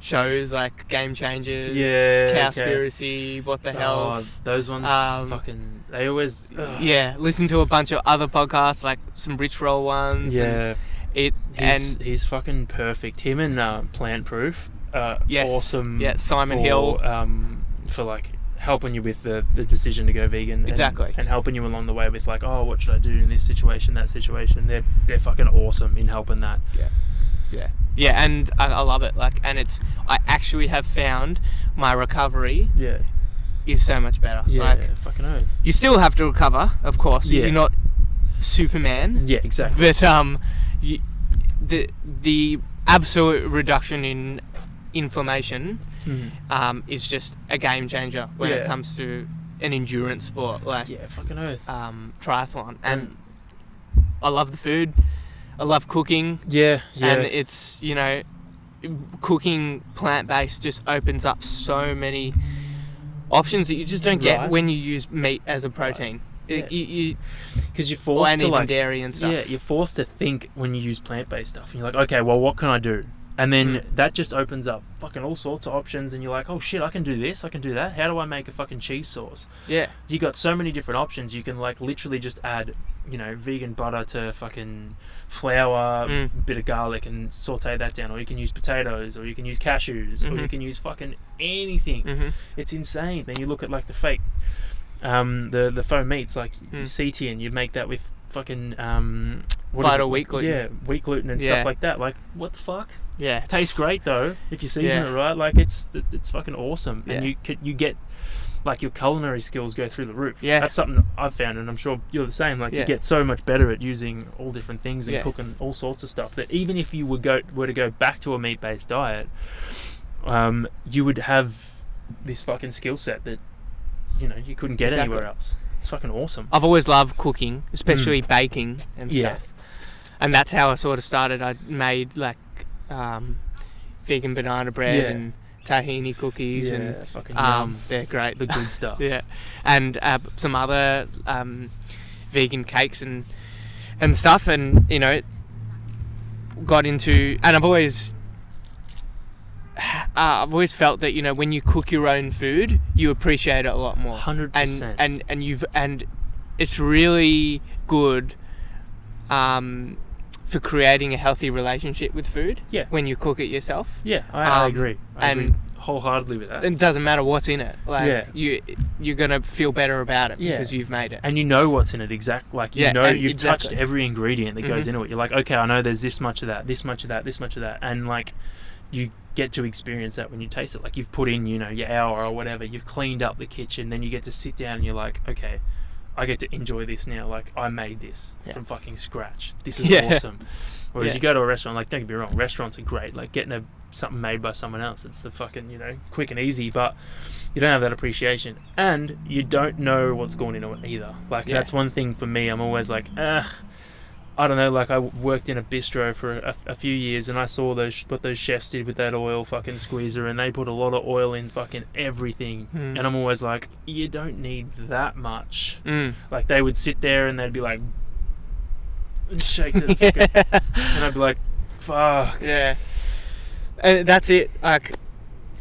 Speaker 2: shows like Game Changers,
Speaker 1: Yeah, okay.
Speaker 2: Cowspiracy, What the Hell.
Speaker 1: Oh, those ones
Speaker 2: Um,
Speaker 1: fucking. They always. ugh.
Speaker 2: yeah, listened to a bunch of other podcasts like some Rich Roll ones.
Speaker 1: Yeah.
Speaker 2: and it
Speaker 1: He's,
Speaker 2: and
Speaker 1: he's fucking perfect. Him and uh, Plant Proof. Uh,
Speaker 2: yes,
Speaker 1: Awesome.
Speaker 2: Yeah, Simon
Speaker 1: for,
Speaker 2: Hill.
Speaker 1: um, for like helping you with the, the decision to go vegan and-
Speaker 2: Exactly.
Speaker 1: and helping you along the way with like oh what should I do in this situation that situation they're they're fucking awesome in helping that
Speaker 2: Yeah, yeah, and I, I love it. Like, and it's I actually have found my recovery
Speaker 1: yeah
Speaker 2: is so much better.
Speaker 1: yeah
Speaker 2: Like,
Speaker 1: fucking oath
Speaker 2: you still have to recover, of course.
Speaker 1: Yeah.
Speaker 2: You're not Superman,
Speaker 1: yeah exactly
Speaker 2: but um, you, the the absolute reduction in inflammation
Speaker 1: Mhm.
Speaker 2: um, is just a game changer when it
Speaker 1: Yeah.
Speaker 2: comes to an endurance sport like
Speaker 1: yeah fucking oath
Speaker 2: um, triathlon. And I love the food. I love cooking,
Speaker 1: yeah yeah
Speaker 2: and it's you know, cooking plant based just opens up so many options that you just don't get
Speaker 1: Right.
Speaker 2: when you use meat as a protein. It- you- you-
Speaker 1: because you're
Speaker 2: or
Speaker 1: forced
Speaker 2: and
Speaker 1: to
Speaker 2: even
Speaker 1: like
Speaker 2: dairy and stuff.
Speaker 1: Yeah, you're forced to think when you use plant-based stuff. And you're like, okay, well, what can I do? And then that just opens up fucking all sorts of options. And you're like, oh shit, I can do this, I can do that. How do I make a fucking cheese sauce?
Speaker 2: Yeah,
Speaker 1: You got so many different options. You can like literally just add, you know, vegan butter to fucking flour,
Speaker 2: Mm.
Speaker 1: bit of garlic, and saute that down. Or you can use potatoes, or you can use cashews, or you
Speaker 2: Mhm.
Speaker 1: can use fucking anything.
Speaker 2: hmm
Speaker 1: It's insane. Then you look at like the fake, um, the the faux meats like
Speaker 2: Mm.
Speaker 1: CT, and you make that with fucking um, what is
Speaker 2: Vital
Speaker 1: it?
Speaker 2: wheat gluten.
Speaker 1: yeah, wheat gluten and
Speaker 2: Yeah.
Speaker 1: stuff like that. Like what the fuck?
Speaker 2: yeah.
Speaker 1: Tastes
Speaker 2: it's-
Speaker 1: great though if you season
Speaker 2: Yeah.
Speaker 1: it right. Like it's it- it's fucking awesome, and
Speaker 2: Yeah.
Speaker 1: you c- you get like your culinary skills go through the roof.
Speaker 2: Yeah.
Speaker 1: that's something I've found, and I'm sure you're the same. Like
Speaker 2: Yeah.
Speaker 1: you get so much better at using all different things and
Speaker 2: Yeah.
Speaker 1: cooking all sorts of stuff that even if you were go were to go back to a meat based diet, um, you would have this fucking skill set that you know you couldn't get
Speaker 2: Exactly.
Speaker 1: anywhere else. It's fucking awesome.
Speaker 2: I've always loved cooking, especially baking and
Speaker 1: Mm. Yeah.
Speaker 2: stuff. And that's how I sort of started. I made like um, vegan banana bread
Speaker 1: Yeah.
Speaker 2: and tahini cookies, and
Speaker 1: fucking
Speaker 2: um,
Speaker 1: yum.
Speaker 2: they're great.
Speaker 1: the good stuff.
Speaker 2: yeah, and uh, some other um, vegan cakes and and stuff, and you know, got into. And I've always, uh, I've always felt that you know when you cook your own food, you appreciate it a lot more
Speaker 1: Hundred
Speaker 2: and
Speaker 1: percent.
Speaker 2: and and you've and it's really good um, for creating a healthy relationship with food
Speaker 1: Yeah.
Speaker 2: when you cook it yourself
Speaker 1: Yeah, I, I
Speaker 2: Um,
Speaker 1: agree. I
Speaker 2: and-
Speaker 1: agree wholeheartedly with that.
Speaker 2: it doesn't matter what's in it like
Speaker 1: Yeah.
Speaker 2: you you're gonna feel better about it
Speaker 1: Yeah.
Speaker 2: because you've made it
Speaker 1: and you know what's in it exact. Like you
Speaker 2: Yeah,
Speaker 1: know
Speaker 2: and
Speaker 1: you've
Speaker 2: exactly.
Speaker 1: touched every ingredient that goes
Speaker 2: Mhm.
Speaker 1: into it. You're like, okay, I know there's this much of that, this much of that, this much of that, and like you get to experience that when you taste it. Like you've put in, you know, your hour or whatever. You've cleaned up the kitchen, then you get to sit down and you're like, okay, I get to enjoy this now. Like I made this
Speaker 2: Yeah.
Speaker 1: from fucking scratch. This is
Speaker 2: Yeah.
Speaker 1: awesome. Whereas
Speaker 2: Yeah.
Speaker 1: you go to a restaurant, like don't get me wrong, restaurants are great. Like getting a something made by someone else, it's the fucking you know quick and easy, but you don't have that appreciation and you don't know what's going into it either like
Speaker 2: Yeah.
Speaker 1: that's one thing for me i'm always like ah i don't know like i w- worked in a bistro for a, a few years and i saw those what those chefs did with that oil fucking squeezer and they put a lot of oil in fucking everything
Speaker 2: Hmm.
Speaker 1: and i'm always like you don't need that much
Speaker 2: Mm.
Speaker 1: like they would sit there and they'd be like and shake the fucking, and
Speaker 2: yeah.
Speaker 1: i'd be like fuck
Speaker 2: yeah and that's it like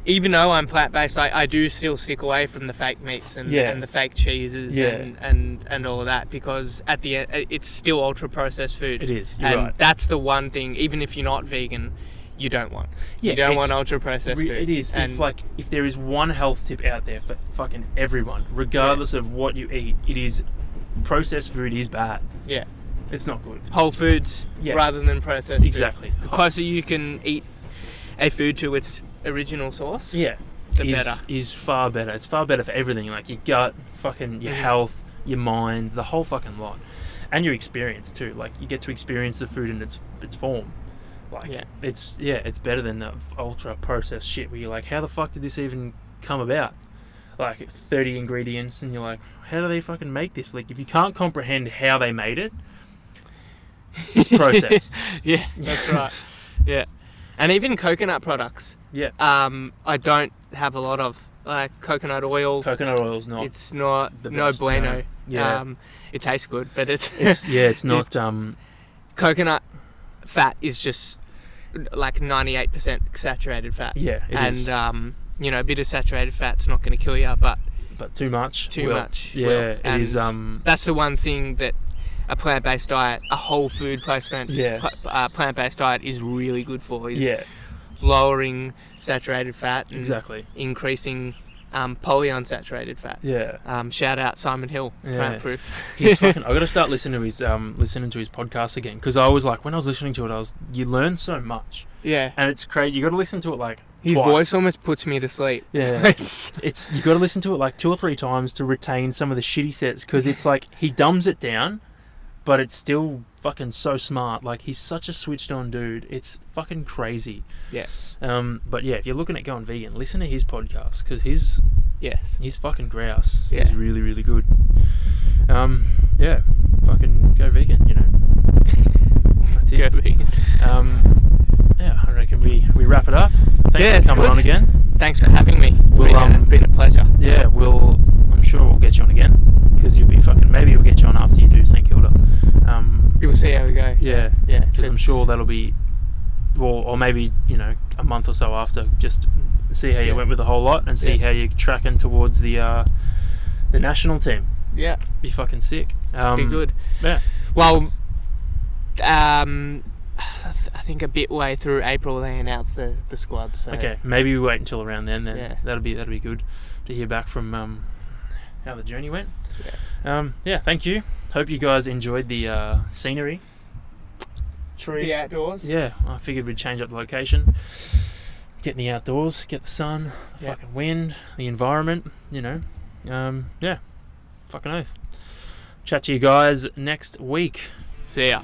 Speaker 2: even though I'm plant based, I, I do still stick away from the fake meats and,
Speaker 1: Yeah.
Speaker 2: and the fake cheeses
Speaker 1: Yeah.
Speaker 2: and, and, and all that because at the end it's still ultra processed food.
Speaker 1: it is you're
Speaker 2: and
Speaker 1: right
Speaker 2: that's the one thing, even if you're not vegan, you don't want.
Speaker 1: yeah
Speaker 2: you don't
Speaker 1: it's-
Speaker 2: want ultra processed
Speaker 1: Re-
Speaker 2: food.
Speaker 1: It is.
Speaker 2: And
Speaker 1: if like if there is one health tip out there for fucking everyone, regardless of what you eat, it is processed food is bad.
Speaker 2: yeah,
Speaker 1: It's not good.
Speaker 2: whole foods
Speaker 1: Yeah.
Speaker 2: rather than processed. food.
Speaker 1: Exactly.
Speaker 2: The closer you can eat a food to its original source,
Speaker 1: Yeah.
Speaker 2: the
Speaker 1: is,
Speaker 2: better.
Speaker 1: is far better. It's far better for everything, like your gut, fucking your
Speaker 2: Mhm.
Speaker 1: health, your mind, the whole fucking lot. And your experience too. Like you get to experience the food in its its form. Like
Speaker 2: Yeah.
Speaker 1: it's yeah, it's better than that ultra processed shit where you're like, How the fuck did this even come about? Like thirty ingredients and you're like, How do they fucking make this? Like if you can't comprehend how they made it, it's processed.
Speaker 2: Yeah, that's right. Yeah, and even coconut products.
Speaker 1: Yeah.
Speaker 2: Um, I don't have a lot of like coconut oil.
Speaker 1: Coconut oil's not
Speaker 2: it's not
Speaker 1: the
Speaker 2: no
Speaker 1: best, no.
Speaker 2: bueno.
Speaker 1: yeah.
Speaker 2: Um, it tastes good, but it's,
Speaker 1: it's yeah, it's not um
Speaker 2: coconut fat is just like 98% saturated fat.
Speaker 1: Yeah, it
Speaker 2: and,
Speaker 1: is.
Speaker 2: um, you know, a bit of saturated fat's not going to kill you, but
Speaker 1: but too much.
Speaker 2: too
Speaker 1: will.
Speaker 2: much
Speaker 1: Yeah,
Speaker 2: will.
Speaker 1: it
Speaker 2: And-
Speaker 1: is. Um,
Speaker 2: that's the one thing that a plant-based diet, a whole food plant
Speaker 1: Yeah.
Speaker 2: uh, plant-based diet is really good for. Is Mm.
Speaker 1: yeah,
Speaker 2: lowering saturated fat and
Speaker 1: exactly.
Speaker 2: increasing um, polyunsaturated fat.
Speaker 1: Yeah,
Speaker 2: Um, shout out Simon Hill,
Speaker 1: Yeah.
Speaker 2: plant proof.
Speaker 1: he's fucking. I got to start listening to his um, listening to his podcast again because I was like, when I was listening to it, I was you learn so much,
Speaker 2: Yeah,
Speaker 1: and it's crazy. You got to listen to it like
Speaker 2: his
Speaker 1: twice.
Speaker 2: voice almost puts me to sleep.
Speaker 1: Yeah.
Speaker 2: It's-
Speaker 1: It's you got to listen to it like two or three times to retain some of the shit he says because it's like he dumbs it down, but it's still fucking so smart. Like he's such a switched on dude. It's fucking crazy.
Speaker 2: Yeah.
Speaker 1: Um. But yeah, if you're looking at going vegan, listen to his podcast because his
Speaker 2: yes.
Speaker 1: his fucking grouse is
Speaker 2: Yeah.
Speaker 1: really really good. Um. Yeah. Fucking go vegan. You know. That's
Speaker 2: Go
Speaker 1: it.
Speaker 2: vegan.
Speaker 1: Um. Yeah. I reckon we we wrap it up. Thanks
Speaker 2: Yeah,
Speaker 1: for
Speaker 2: it's
Speaker 1: coming
Speaker 2: good.
Speaker 1: on again.
Speaker 2: Thanks for having me.
Speaker 1: Well,
Speaker 2: been,
Speaker 1: um,
Speaker 2: a, been a pleasure.
Speaker 1: Yeah, we'll. I'm sure we'll get you on again because you'll be fucking. Maybe we'll get you on after you do St Kilda. Um,
Speaker 2: We'll see how we go.
Speaker 1: yeah,
Speaker 2: yeah.
Speaker 1: because I'm
Speaker 2: it's-
Speaker 1: sure that'll be. Well, or maybe you know a month or so after, just see how you
Speaker 2: Yeah.
Speaker 1: went with the whole lot and see
Speaker 2: Yeah.
Speaker 1: how you're tracking towards the uh, the national team.
Speaker 2: Yeah,
Speaker 1: Be fucking sick. Um,
Speaker 2: be good.
Speaker 1: Yeah.
Speaker 2: Well, um, I th- I think a bit way through April they announced the, the squad. So
Speaker 1: Okay, maybe we wait until around then. Then
Speaker 2: Yeah.
Speaker 1: that'll be that'll be good to hear back from um, how the journey went. Yeah. Um, yeah. Thank you. Hope you guys enjoyed the uh, scenery. Tree.
Speaker 2: the outdoors.
Speaker 1: Yeah. I figured we'd change up the location. Get in the outdoors. Get the sun. The
Speaker 2: Yeah.
Speaker 1: fucking wind. The environment. You know. Um, yeah. Fucking oath. Chat to you guys next week.
Speaker 2: See ya.